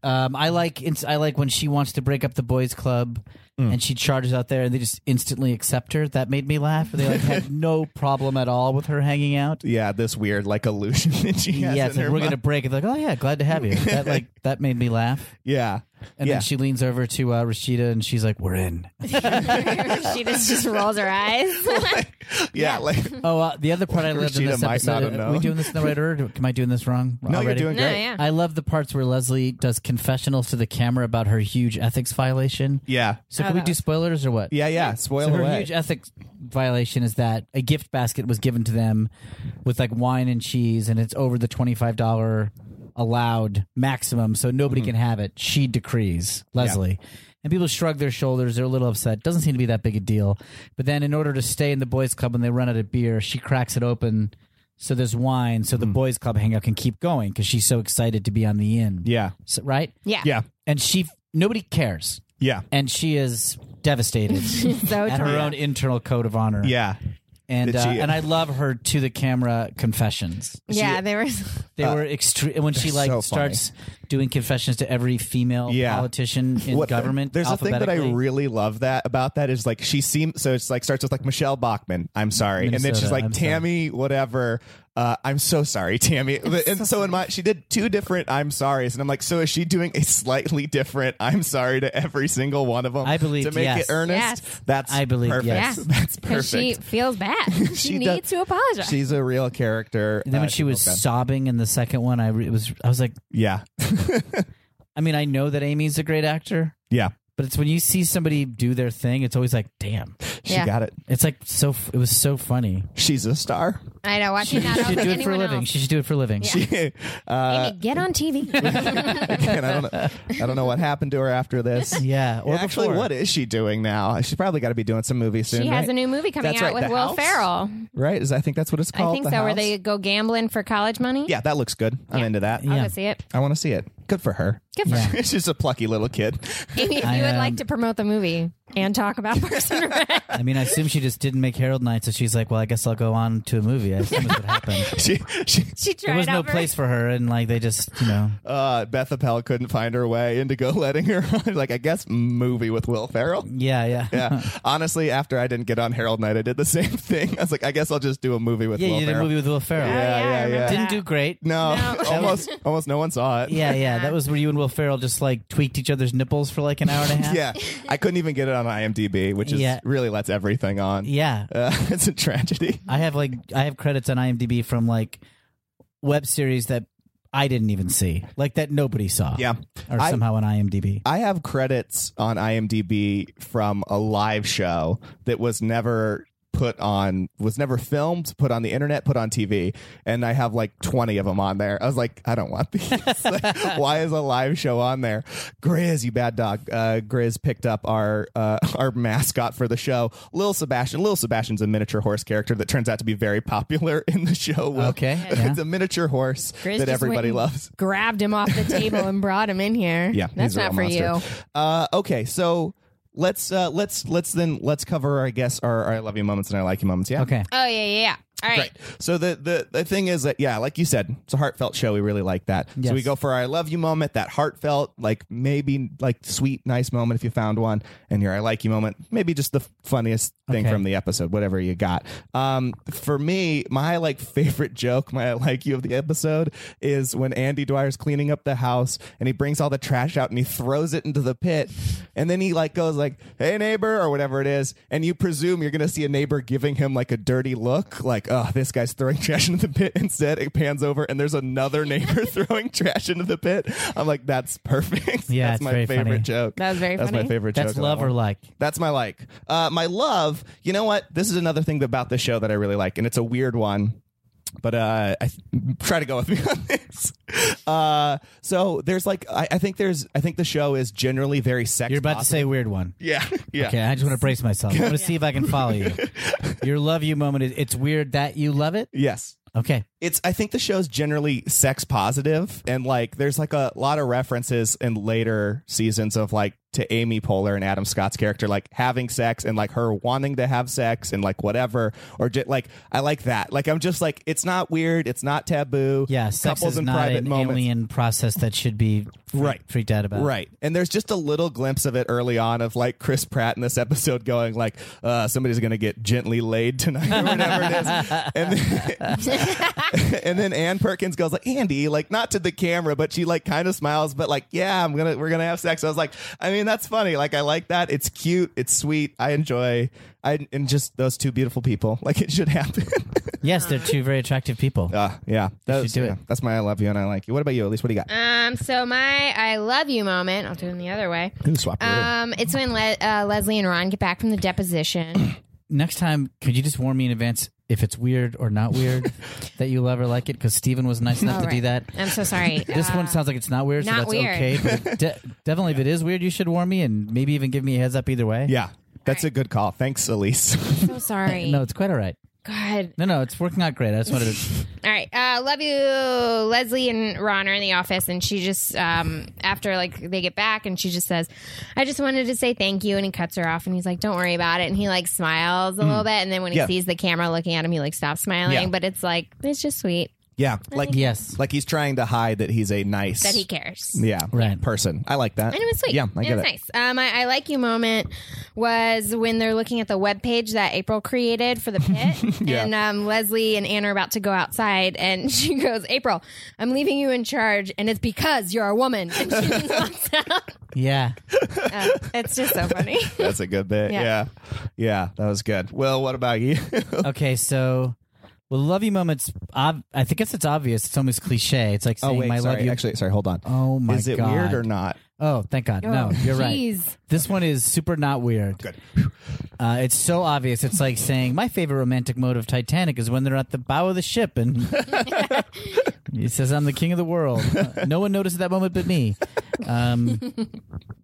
Speaker 6: Um, I like ins- I like when she wants to break up the boys' club
Speaker 4: Hmm.
Speaker 6: and she charges out there and they just instantly accept her. That made me laugh. They
Speaker 4: (laughs)
Speaker 6: like had no problem at all with her hanging out.
Speaker 4: Yeah, this weird like illusion (laughs) that she has.
Speaker 6: yeah,
Speaker 4: in
Speaker 6: it's like,
Speaker 4: her
Speaker 6: we're gonna
Speaker 4: mind.
Speaker 6: break. It's like, oh yeah, glad to have you.
Speaker 4: (laughs)
Speaker 6: That like that made me laugh.
Speaker 4: Yeah.
Speaker 6: And
Speaker 4: yeah.
Speaker 6: then she leans over to uh, Rashida and she's like,
Speaker 4: (laughs)
Speaker 6: "We're in."
Speaker 5: she just, just rolls her eyes.
Speaker 4: yeah, like (laughs)
Speaker 6: Oh, uh, the other part I loved in
Speaker 4: Rashida
Speaker 6: this
Speaker 4: might
Speaker 6: episode.
Speaker 4: not have
Speaker 6: Are we
Speaker 4: known.
Speaker 6: doing this in the right order? Am I doing this wrong?
Speaker 4: no,
Speaker 6: already?
Speaker 4: you're doing
Speaker 5: no,
Speaker 4: great.
Speaker 5: yeah.
Speaker 6: I love the parts where Leslie does confessionals to the camera about her huge ethics violation.
Speaker 4: Yeah.
Speaker 6: So
Speaker 5: Oh,
Speaker 6: can we
Speaker 5: that
Speaker 6: do
Speaker 5: was-
Speaker 6: spoilers or what?
Speaker 4: Yeah, yeah. Spoil
Speaker 6: So her
Speaker 4: away.
Speaker 6: huge ethics violation is that a gift basket was given to them with like wine and cheese, and it's over the twenty five dollar allowed maximum, so nobody
Speaker 4: Mm-hmm.
Speaker 6: can have it. She decrees, Leslie. And people shrug their shoulders. They're a little upset. Doesn't seem to be that big a deal. But then, in order to stay in the boys' club when they run out of beer, she cracks it open so there's wine, so the
Speaker 4: Mm.
Speaker 6: boys' club hangout can keep going because she's so excited to be on the inn.
Speaker 4: yeah.
Speaker 6: So- right?
Speaker 5: yeah.
Speaker 4: Yeah.
Speaker 6: And she, nobody cares.
Speaker 4: Yeah.
Speaker 6: And she is devastated
Speaker 5: (laughs) So
Speaker 6: at her
Speaker 5: true.
Speaker 6: own internal code of honor.
Speaker 4: Yeah.
Speaker 6: And, uh,
Speaker 4: That she-
Speaker 6: and I love her to the camera confessions.
Speaker 5: Yeah, they were.
Speaker 6: They were extreme when she like
Speaker 4: Uh, so funny.
Speaker 6: starts doing confessions to every female
Speaker 4: Yeah.
Speaker 6: politician in
Speaker 4: What-
Speaker 6: government.
Speaker 4: There's a thing that I
Speaker 6: alphabetically.
Speaker 4: really love that about that is like she seems so it's like starts with like Michelle Bachman. I'm sorry, and then she's
Speaker 6: Minnesota,
Speaker 4: like
Speaker 6: I'm sorry.
Speaker 4: Tammy whatever. Uh, I'm so sorry, (laughs) Tammy. But- and so in my she did two different I'm sorries, and I'm like, so is she doing a slightly different I'm sorry to every single one of them?
Speaker 6: I believe,
Speaker 4: to make
Speaker 6: yes.
Speaker 4: it earnest.
Speaker 5: Yes.
Speaker 4: That's
Speaker 6: I believe,
Speaker 4: perfect.
Speaker 6: yes.
Speaker 5: Yeah.
Speaker 4: That's perfect.
Speaker 5: Because she feels
Speaker 4: (laughs)
Speaker 5: bad. (laughs) She,
Speaker 4: She does-
Speaker 5: needs to apologize.
Speaker 4: She's a real character.
Speaker 6: And then
Speaker 4: Uh,
Speaker 6: when she was
Speaker 4: okay.
Speaker 6: sobbing in the second one, I re- it was I was like,
Speaker 4: yeah,
Speaker 6: I mean, I know that Amy's a great actor,
Speaker 4: yeah,
Speaker 6: but it's when you see somebody do their thing, it's always like, damn,
Speaker 4: she
Speaker 5: Yeah.
Speaker 4: got it.
Speaker 6: it's like so. f- It was so funny.
Speaker 4: She's a star. (laughs)
Speaker 5: I know. Watching that,
Speaker 6: She
Speaker 5: I
Speaker 6: should
Speaker 5: was
Speaker 6: do
Speaker 5: like,
Speaker 6: it for a
Speaker 5: anyone
Speaker 6: living.
Speaker 5: else?
Speaker 6: She should do it for a living.
Speaker 4: uh,
Speaker 5: Amy, get on
Speaker 4: (laughs)
Speaker 5: TV.
Speaker 4: and I don't know. I don't know what happened to her after this.
Speaker 6: Yeah. Or
Speaker 4: Actually,
Speaker 6: before.
Speaker 4: what is she doing now? She's probably got to be doing some movies soon.
Speaker 5: she
Speaker 4: right?
Speaker 5: has a new movie coming
Speaker 4: That's
Speaker 5: out
Speaker 4: right,
Speaker 5: with
Speaker 4: The
Speaker 5: Will
Speaker 4: House?
Speaker 5: Ferrell.
Speaker 4: right? Is I think that's what it's called.
Speaker 5: I think
Speaker 4: The
Speaker 5: so. Where
Speaker 4: House?
Speaker 5: they go gambling for college money.
Speaker 4: Yeah, that looks good. I'm into that.
Speaker 5: I'll
Speaker 6: Yeah.
Speaker 5: go see it. (laughs)
Speaker 4: I want to see it. Good for her.
Speaker 5: Good for
Speaker 4: (laughs)
Speaker 5: her.
Speaker 4: She's a plucky little kid. (laughs)
Speaker 5: Amy, if
Speaker 6: I,
Speaker 5: you would
Speaker 6: um,
Speaker 5: like to promote the movie and talk about (laughs) Parks and Rec.
Speaker 6: I mean, I assume she just didn't make Harold Night, so she's like, well, I guess I'll go on to a movie. I assume that's what
Speaker 5: (laughs)
Speaker 6: happened.
Speaker 4: She, she,
Speaker 5: she tried
Speaker 6: There was no
Speaker 5: out for-
Speaker 6: place for her, and like they just, you know,
Speaker 4: uh, Beth Appel couldn't find her way into go letting her on, (laughs) like I guess movie with Will Ferrell.
Speaker 6: yeah, yeah, (laughs)
Speaker 4: Yeah. Honestly, after I didn't get on Harold Night, I did the same (laughs) thing. I was like, I guess I'll just do a movie with
Speaker 6: yeah.
Speaker 4: Will
Speaker 6: you did a
Speaker 4: Ferrell.
Speaker 6: movie with Will Ferrell.
Speaker 5: Oh, yeah,
Speaker 4: yeah,
Speaker 5: I remember
Speaker 4: yeah.
Speaker 6: Didn't
Speaker 5: that.
Speaker 6: do great.
Speaker 4: no,
Speaker 5: No.
Speaker 4: (laughs) almost, almost no one saw it.
Speaker 6: (laughs) Yeah, yeah, that was where you and Will Ferrell just like tweaked each other's nipples for like an hour and a half.
Speaker 4: yeah, I couldn't even get it on IMDb, which is
Speaker 6: Yeah.
Speaker 4: really lets everything on.
Speaker 6: yeah.
Speaker 4: Uh, (laughs) it's a tragedy.
Speaker 6: I have like I have credits on IMDb from like web series that I didn't even see, like that nobody saw.
Speaker 4: Yeah.
Speaker 6: or
Speaker 4: I-
Speaker 6: somehow on IMDb.
Speaker 4: I have credits on IMDb from a live show that was never put on was never filmed, put on the internet, put on TV, and I have like 20 of them on there. I was like, I don't want these. (laughs) Like, why is a live show on there? Grizz, you bad dog. Uh, Grizz picked up our uh, our mascot for the show, Lil Sebastian. Lil Sebastian's a miniature horse character that turns out to be very popular in the show. Will.
Speaker 6: Okay,
Speaker 4: (laughs)
Speaker 6: yeah.
Speaker 4: it's a miniature horse
Speaker 5: Grizz
Speaker 4: that
Speaker 5: just went
Speaker 4: everybody
Speaker 5: and
Speaker 4: loves.
Speaker 5: Grabbed him off the table and brought him in here.
Speaker 4: Yeah,
Speaker 5: that's
Speaker 4: he's a
Speaker 5: not for
Speaker 4: real monster.
Speaker 5: you.
Speaker 4: Uh, okay, so let's uh, let's let's then let's cover, I guess, our, our I love you moments and I like you moments. Yeah.
Speaker 6: Okay.
Speaker 5: Oh yeah, yeah. yeah. All right.
Speaker 4: Right. So the, the the thing is that yeah, like you said, it's a heartfelt show. We really like that.
Speaker 6: Yes.
Speaker 4: So we go for our I love you moment, that heartfelt, like maybe like sweet, nice moment if you found one, and your I like you moment, maybe just the f- funniest thing
Speaker 6: Okay.
Speaker 4: from the episode, whatever you got. Um, for me, my like (laughs) favorite joke, my I like you of the episode is when Andy Dwyer's cleaning up the house and he brings all the trash out and he throws it into the pit, and then he like goes like, "Hey neighbor" or whatever it is, and you presume you're gonna see a neighbor giving him like a dirty look, like, "Oh, this guy's throwing (laughs) trash into the pit." Instead, it pans over and there's
Speaker 5: (laughs)
Speaker 4: another neighbor (laughs) throwing trash into the pit. I'm like, "That's perfect."
Speaker 6: Yeah,
Speaker 4: that's
Speaker 6: it's
Speaker 4: my
Speaker 6: very
Speaker 4: favorite
Speaker 6: funny.
Speaker 4: joke.
Speaker 5: That was very
Speaker 4: That's
Speaker 5: funny.
Speaker 4: my favorite joke.
Speaker 6: That's
Speaker 4: of that
Speaker 6: love
Speaker 4: one.
Speaker 6: or like.
Speaker 4: That's my like. Uh, my love, you know what? This is another thing about this show that I really like, and it's a weird one. But uh, I th- try to go with me on (laughs) this. Uh, so there's like, I, I think there's, I think the show is generally very sex.
Speaker 6: You're about to say a weird one.
Speaker 4: yeah, (laughs) yeah.
Speaker 6: Okay, I just want to brace myself. I want to see if I can
Speaker 4: (laughs)
Speaker 6: follow you. Your love you moment is it's weird that you love it.
Speaker 4: Yes,
Speaker 6: Okay.
Speaker 4: it's. I think the show's generally sex positive, and like, there's like a lot of references in later seasons of like to Amy Poehler and Adam Scott's character, like having sex and like her wanting to have sex and like whatever, or just like I like that. Like I'm just like, it's not weird, it's not taboo.
Speaker 6: Yeah, sex
Speaker 4: couples
Speaker 6: is
Speaker 4: in
Speaker 6: not
Speaker 4: private
Speaker 6: an
Speaker 4: moments.
Speaker 6: alien process that should be fre-
Speaker 4: Right.
Speaker 6: freaked out about.
Speaker 4: Right. And there's just a little glimpse of it early on of like Chris Pratt in this episode going like, uh, somebody's going to get gently laid tonight or whatever it is.
Speaker 6: (laughs)
Speaker 4: And then, (laughs) and then Ann Perkins goes like, Andy, like not to the camera, but she like kind of smiles, but like, yeah, I'm going to, we're going to have sex. I was like, I mean, that's funny. Like I like that. It's cute. It's sweet. I enjoy, I, and just those two beautiful people, (laughs) like it should happen.
Speaker 6: Yes, they're two very attractive people.
Speaker 4: uh, (laughs) yeah. Those,
Speaker 6: do it.
Speaker 4: yeah. That's my, I love you. And I like you. What about you? At least what do you got?
Speaker 5: (laughs) Um. So my I love you moment. I'll do it the other way.
Speaker 4: Ooh, swap it over.
Speaker 5: Um. It's when Le- uh, Leslie and Ron get back from the deposition.
Speaker 6: Next time, could you just warn me in advance if it's weird or
Speaker 4: (laughs)
Speaker 6: not weird that you love or like it? Because Steven was nice enough
Speaker 5: All
Speaker 6: to do
Speaker 5: right.
Speaker 6: that.
Speaker 5: I'm
Speaker 4: (laughs)
Speaker 5: so sorry.
Speaker 6: This one sounds like it's not weird, so
Speaker 5: not
Speaker 6: that's
Speaker 5: weird.
Speaker 6: okay. But it de- definitely, if it is weird, you should warn me and maybe even give me a heads up either way.
Speaker 4: Yeah. That's a good call. Thanks, Elise. (laughs)
Speaker 5: I'm so sorry.
Speaker 6: No, it's quite all right.
Speaker 5: God.
Speaker 6: No, no, it's working out great. I just wanted to.
Speaker 5: All right. Uh, love you. Leslie and Ron are in the office, and she just, um, after like they get back, and she just says, I just wanted to say thank you. And he cuts her off, and he's like, Don't worry about it. And he like smiles a little bit. And then when he
Speaker 4: Hmm. Yeah.
Speaker 5: sees the camera looking at him, he like stops smiling.
Speaker 4: Yeah.
Speaker 5: But it's like, it's just sweet
Speaker 4: Yeah, like
Speaker 6: yes.
Speaker 4: like he's trying to hide that he's a nice
Speaker 5: that he cares.
Speaker 4: yeah
Speaker 6: Right.
Speaker 4: person. I like that.
Speaker 5: And it was sweet.
Speaker 4: Yeah, I
Speaker 5: it
Speaker 4: get
Speaker 5: was
Speaker 4: it.
Speaker 5: nice. Um, I, I like you moment was when they're looking at the webpage that April
Speaker 4: (laughs)
Speaker 5: created for the pit.
Speaker 4: Yeah.
Speaker 5: And um, Leslie and Anne are about to go outside, and (laughs) she goes, April, I'm leaving you in charge, and it's because you're a woman. And
Speaker 4: (laughs)
Speaker 5: she walks out.
Speaker 6: Yeah.
Speaker 5: Uh, it's just so funny.
Speaker 4: That's a good bit.
Speaker 5: Yeah.
Speaker 4: yeah. yeah, that was good. Well, what about you? (laughs)
Speaker 6: Okay, so. Well, the love you moments. Ob- I think it's it's obvious. It's almost cliche. It's like saying my
Speaker 4: Oh, sorry.
Speaker 6: love you.
Speaker 4: Actually, sorry, hold on.
Speaker 6: oh my
Speaker 4: is it
Speaker 6: god.
Speaker 4: weird or not?
Speaker 6: Oh, thank God. No, you're right.
Speaker 5: Jeez.
Speaker 6: This one is super not weird. Good. Uh, it's so obvious. It's like saying my favorite romantic mode of Titanic is when they're at the bow of the ship and he says, "I'm the king of the world." Uh, no one noticed that moment but me. Um,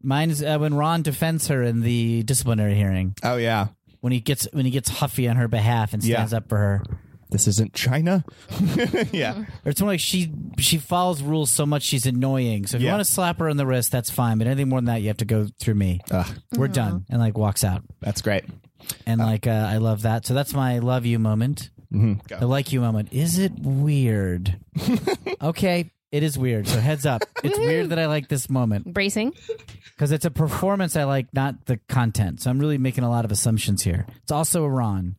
Speaker 6: mine's uh, when Ron defends her in the disciplinary hearing
Speaker 4: Oh yeah,
Speaker 6: when he gets when he gets huffy on her behalf and
Speaker 4: Yeah.
Speaker 6: stands up for her.
Speaker 4: this isn't China. (laughs) yeah,
Speaker 6: Or it's more like she she follows rules so much she's annoying. So if you
Speaker 4: Yeah.
Speaker 6: want to slap her on the wrist, that's fine. But anything more than that, you have to go through me. We're done. And like walks out.
Speaker 4: that's great.
Speaker 6: And like uh, I love that. So that's my love you moment.
Speaker 4: Mm-hmm. Uh.
Speaker 6: The like you moment. Is it weird? okay, it is weird. So heads up, it's weird that I like this moment
Speaker 5: Bracing.
Speaker 6: because it's a performance I like, not the content. So I'm really making a lot of assumptions here. It's also a Ron.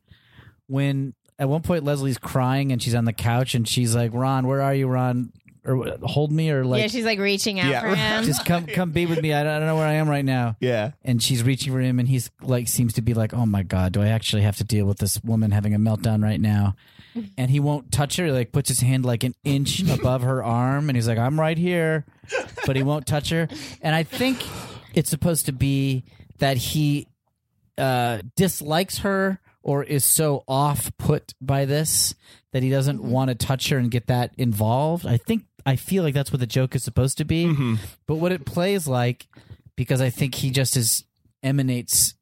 Speaker 6: When at one point Leslie's crying and she's on the couch and she's like, "Ron, where are you, Ron? Or hold me, or
Speaker 5: yeah,
Speaker 6: like,
Speaker 5: she's like reaching out
Speaker 4: Yeah.
Speaker 5: for him.
Speaker 6: just come, come be with me. I don't, I don't know where I am right now."
Speaker 4: Yeah,
Speaker 6: and she's reaching for him and he's like seems to be like oh my god do i actually have to deal with this woman having a meltdown right now and he won't touch her he like puts his hand like an inch above her arm and he's like i'm right here but he won't touch her and i think it's supposed to be that he uh dislikes her or is so off put by this that he doesn't want to touch her and get that involved. I think I feel like that's what the joke is supposed to be. But what it plays like, because I think he just is emanates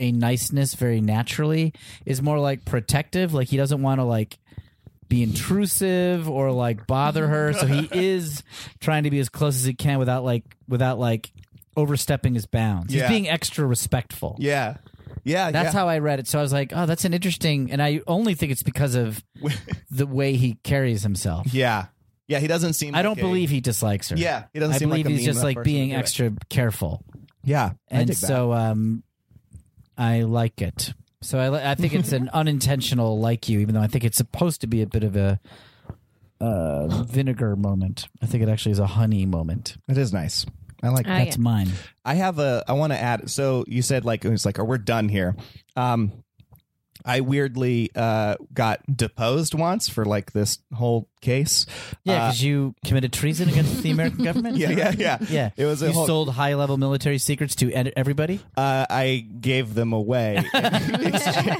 Speaker 6: a niceness very naturally, is more like protective. Like he doesn't want to like be intrusive or like bother her. So he is trying to be as close as he can without like without like overstepping his bounds.
Speaker 4: Yeah.
Speaker 6: He's being extra respectful.
Speaker 4: Yeah. Yeah.
Speaker 6: That's how I read it. So I was like, oh, that's an interesting. And I only think it's because of
Speaker 4: how.
Speaker 6: the way he carries
Speaker 4: (laughs)
Speaker 6: himself.
Speaker 4: yeah. Yeah. He doesn't seem.
Speaker 6: I don't
Speaker 4: like a-
Speaker 6: believe he dislikes her.
Speaker 4: Yeah. He doesn't
Speaker 6: I
Speaker 4: seem
Speaker 6: believe
Speaker 4: like a
Speaker 6: he's
Speaker 4: mean
Speaker 6: just
Speaker 4: enough
Speaker 6: like
Speaker 4: person
Speaker 6: being
Speaker 4: to do it.
Speaker 6: extra careful.
Speaker 4: Yeah. I
Speaker 6: And
Speaker 4: dig that.
Speaker 6: so um, I like it. So I, li- I think
Speaker 4: (laughs)
Speaker 6: it's an unintentional like you, even though I think it's supposed to be a bit of a uh, vinegar moment. I think it actually is a honey moment.
Speaker 4: it is nice. I like.
Speaker 5: I-
Speaker 4: that.
Speaker 6: That's mine.
Speaker 4: I have a. I want to add. So you said like it's like, oh, we're done here. Um, I weirdly uh got deposed once for like this whole case.
Speaker 6: Yeah,
Speaker 4: Uh,
Speaker 6: because you committed treason against the American
Speaker 4: (laughs)
Speaker 6: government.
Speaker 4: yeah, yeah, yeah,
Speaker 6: (laughs) Yeah,
Speaker 4: It was a
Speaker 6: you
Speaker 4: whole,
Speaker 6: sold high level military secrets to en- everybody.
Speaker 4: Uh, I gave them away
Speaker 6: (laughs)
Speaker 4: in exchange,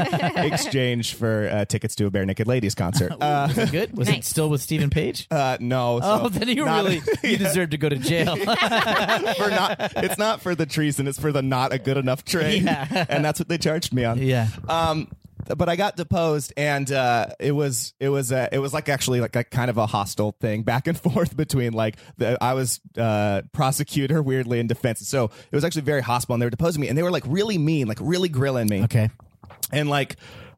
Speaker 4: exchange for uh, tickets to a bare naked ladies
Speaker 6: (laughs)
Speaker 4: concert. Uh,
Speaker 6: Was it good? Was it
Speaker 5: Nice.
Speaker 6: still with Stephen Page?
Speaker 4: (laughs) uh, no, so
Speaker 6: oh, (laughs) then you
Speaker 4: not-
Speaker 6: really you deserve to go to
Speaker 4: (laughs)
Speaker 6: jail.
Speaker 4: for not. It's not for the treason. It's for the not a good enough trade.
Speaker 6: (laughs) Yeah.
Speaker 4: and that's what they charged me on.
Speaker 6: (laughs) yeah,
Speaker 4: Um, but I got deposed, and uh, it was it was uh, it was like actually like a kind of a hostile thing back and (laughs) forth between like the, I was uh, prosecutor weirdly in defense, so it was actually very hostile, and they were deposing me, and they were like really mean, like really grilling me
Speaker 6: okay.
Speaker 4: and like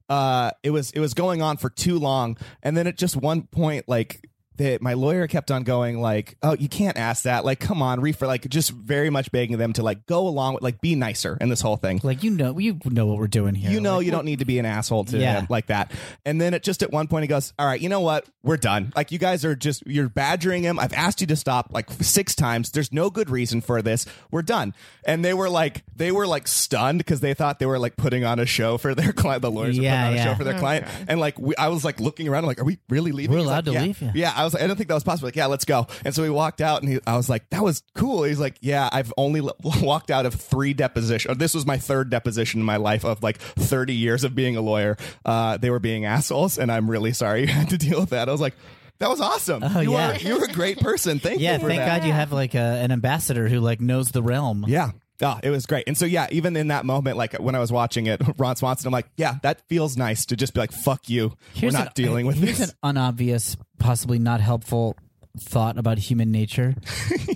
Speaker 4: uh it was it was going on for too long and then at just one point like that my lawyer kept on going like oh you can't ask that like come on reefer like just very much begging them to like go along with like be nicer in this whole thing
Speaker 6: Like you know, you know what we're doing here.
Speaker 4: you know you don't need to be an asshole to
Speaker 6: Yeah.
Speaker 4: them like that and then it just at one point he goes all right you know what we're done like you guys are just you're badgering him i've asked you to stop like six times there's no good reason for this we're done and they were like they were like stunned because they thought they were like putting on a show for their (laughs) client the lawyers
Speaker 6: Yeah,
Speaker 4: were putting on a
Speaker 6: yeah.
Speaker 4: show for their client and like we, i was like looking around I'm like are we really leaving
Speaker 6: We're
Speaker 4: He's
Speaker 6: allowed
Speaker 4: like,
Speaker 6: to
Speaker 4: yeah.
Speaker 6: leave? Yeah.
Speaker 4: yeah yeah, I was. I didn't think that was possible. Like, yeah, let's go. And so we walked out, and he, I was like, "That was cool." He's like, "Yeah, I've only l- (laughs) walked out of three depositions. This was my third deposition in my life of like thirty years of being a lawyer. Uh, they were being assholes, and I'm really sorry (laughs) you had to deal with that." I was like, "That was awesome. you
Speaker 6: Oh, yeah.
Speaker 4: were you were a great person. Thank
Speaker 6: Yeah,
Speaker 4: you for
Speaker 6: thank
Speaker 4: that."
Speaker 6: God you have like a, an ambassador who like knows the realm.
Speaker 4: Yeah. Oh, it was great. And so, yeah, even in that moment, like when I was watching it, (laughs) Ron Swanson, I'm like, yeah, that feels nice to just be like, fuck you.
Speaker 6: Here's
Speaker 4: We're not
Speaker 6: an- uh,
Speaker 4: dealing with
Speaker 6: here's
Speaker 4: this.
Speaker 6: an unobvious, possibly not helpful thought about
Speaker 4: (laughs)
Speaker 6: human nature.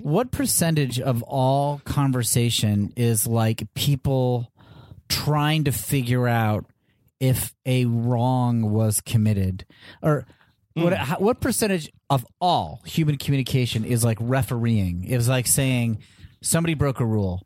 Speaker 6: what percentage of all conversation is like people trying to figure out if a wrong was committed or what
Speaker 4: Hmm.
Speaker 6: how, what percentage of all human communication is like refereeing? It was like saying somebody broke a rule.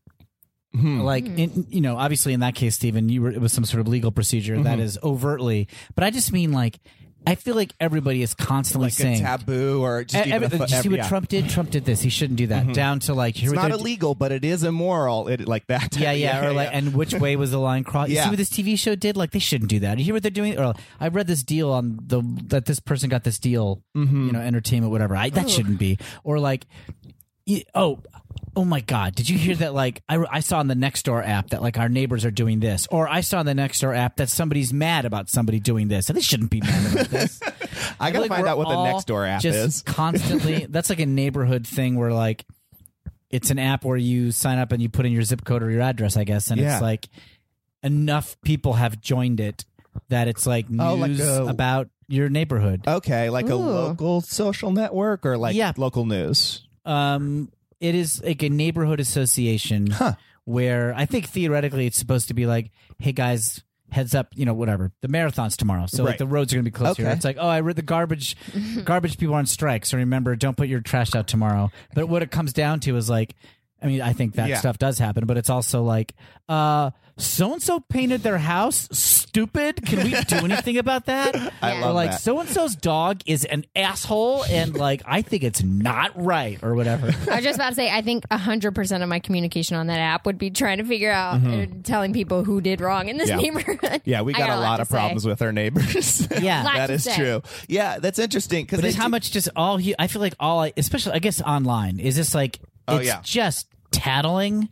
Speaker 4: Hmm. Mm-hmm.
Speaker 6: like in, you know obviously in that case stephen you were it was some sort of legal procedure
Speaker 4: Mm-hmm.
Speaker 6: that is overtly but i just mean like i feel like everybody is constantly
Speaker 4: like
Speaker 6: saying
Speaker 4: a taboo or just
Speaker 6: e-
Speaker 4: even
Speaker 6: every-
Speaker 4: a, fu-
Speaker 6: did you see
Speaker 4: every-
Speaker 6: what
Speaker 4: yeah. Mm-hmm.
Speaker 6: trump did trump did this he shouldn't do that down to like here
Speaker 4: It's
Speaker 6: what
Speaker 4: not
Speaker 6: they're-
Speaker 4: illegal, but it is immoral. It like that. (laughs) type-
Speaker 6: yeah, yeah, or like,
Speaker 4: yeah.
Speaker 6: and which way was the line crossed? You
Speaker 4: Yeah.
Speaker 6: see what this TV show did? Like, they shouldn't do that. You hear what they're doing? Or I read this deal on the that this person got this deal, you know, entertainment, whatever. I that shouldn't be. Or like, y- oh, oh my God, did you hear that? Like, I I saw on the Nextdoor app that like our neighbors are doing this, or I saw on the Nextdoor app that somebody's mad about somebody doing this, and they shouldn't be mad about this.
Speaker 4: I gotta
Speaker 6: Like,
Speaker 4: find
Speaker 6: we're
Speaker 4: out what the
Speaker 6: all
Speaker 4: next door app
Speaker 6: just
Speaker 4: is. (laughs)
Speaker 6: Constantly, that's like a neighborhood thing where like it's an app where you sign up and you put in your zip code or your address, I guess, and
Speaker 4: Yeah.
Speaker 6: it's like enough people have joined it that it's like news
Speaker 4: Oh, like a-
Speaker 6: about your neighborhood.
Speaker 4: Okay, like a
Speaker 5: Ooh.
Speaker 4: local social network or like
Speaker 6: Yeah.
Speaker 4: local news.
Speaker 6: Um, it is like a neighborhood association
Speaker 4: Huh.
Speaker 6: where I think theoretically it's supposed to be like, hey guys, heads up, you know, whatever. The marathon's tomorrow, so like
Speaker 4: Right.
Speaker 6: the roads are going to be closed here.
Speaker 4: Okay.
Speaker 6: It's like, oh, I read the garbage, garbage people are on strike, so remember, don't put your trash out tomorrow. But what it comes down to is like. I mean, I think that
Speaker 4: Yeah.
Speaker 6: stuff does happen, but it's also like, uh, so and so painted their house. Stupid. Can we
Speaker 4: (laughs)
Speaker 6: do anything about that?
Speaker 4: I
Speaker 5: Yeah.
Speaker 6: or
Speaker 4: love
Speaker 6: like
Speaker 4: that.
Speaker 6: so and so's dog is an asshole and like I think it's not right
Speaker 4: (laughs)
Speaker 6: or whatever.
Speaker 5: I was just about to say, I think 100% of my communication on that app would be trying to figure out, or telling people who did wrong in this
Speaker 4: Mm-hmm. Yeah.
Speaker 5: neighborhood.
Speaker 4: yeah, we
Speaker 5: I
Speaker 4: got, a lot
Speaker 5: to
Speaker 4: of problems
Speaker 5: say.
Speaker 4: with our neighbors. (laughs)
Speaker 6: Yeah.
Speaker 5: Lot
Speaker 4: that
Speaker 5: to
Speaker 4: is
Speaker 5: say.
Speaker 4: true. Yeah, that's interesting because
Speaker 6: But it's how much just all he I feel like all I especially I guess online is this like
Speaker 4: Oh,
Speaker 6: it's
Speaker 4: yeah. Mm-hmm.
Speaker 6: just tattling,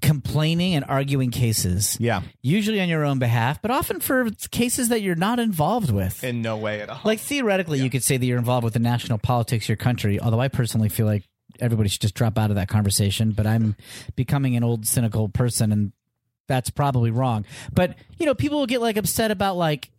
Speaker 6: complaining, and arguing cases.
Speaker 4: Yeah.
Speaker 6: Usually on your own behalf, but often for cases that you're not involved with.
Speaker 4: In no way at all.
Speaker 6: like theoretically, you could say that you're involved with the national politics of your country, although I personally feel like everybody should just drop out of that conversation. But I'm becoming an old, cynical person, and that's probably wrong. But, you know, people will get like upset about like,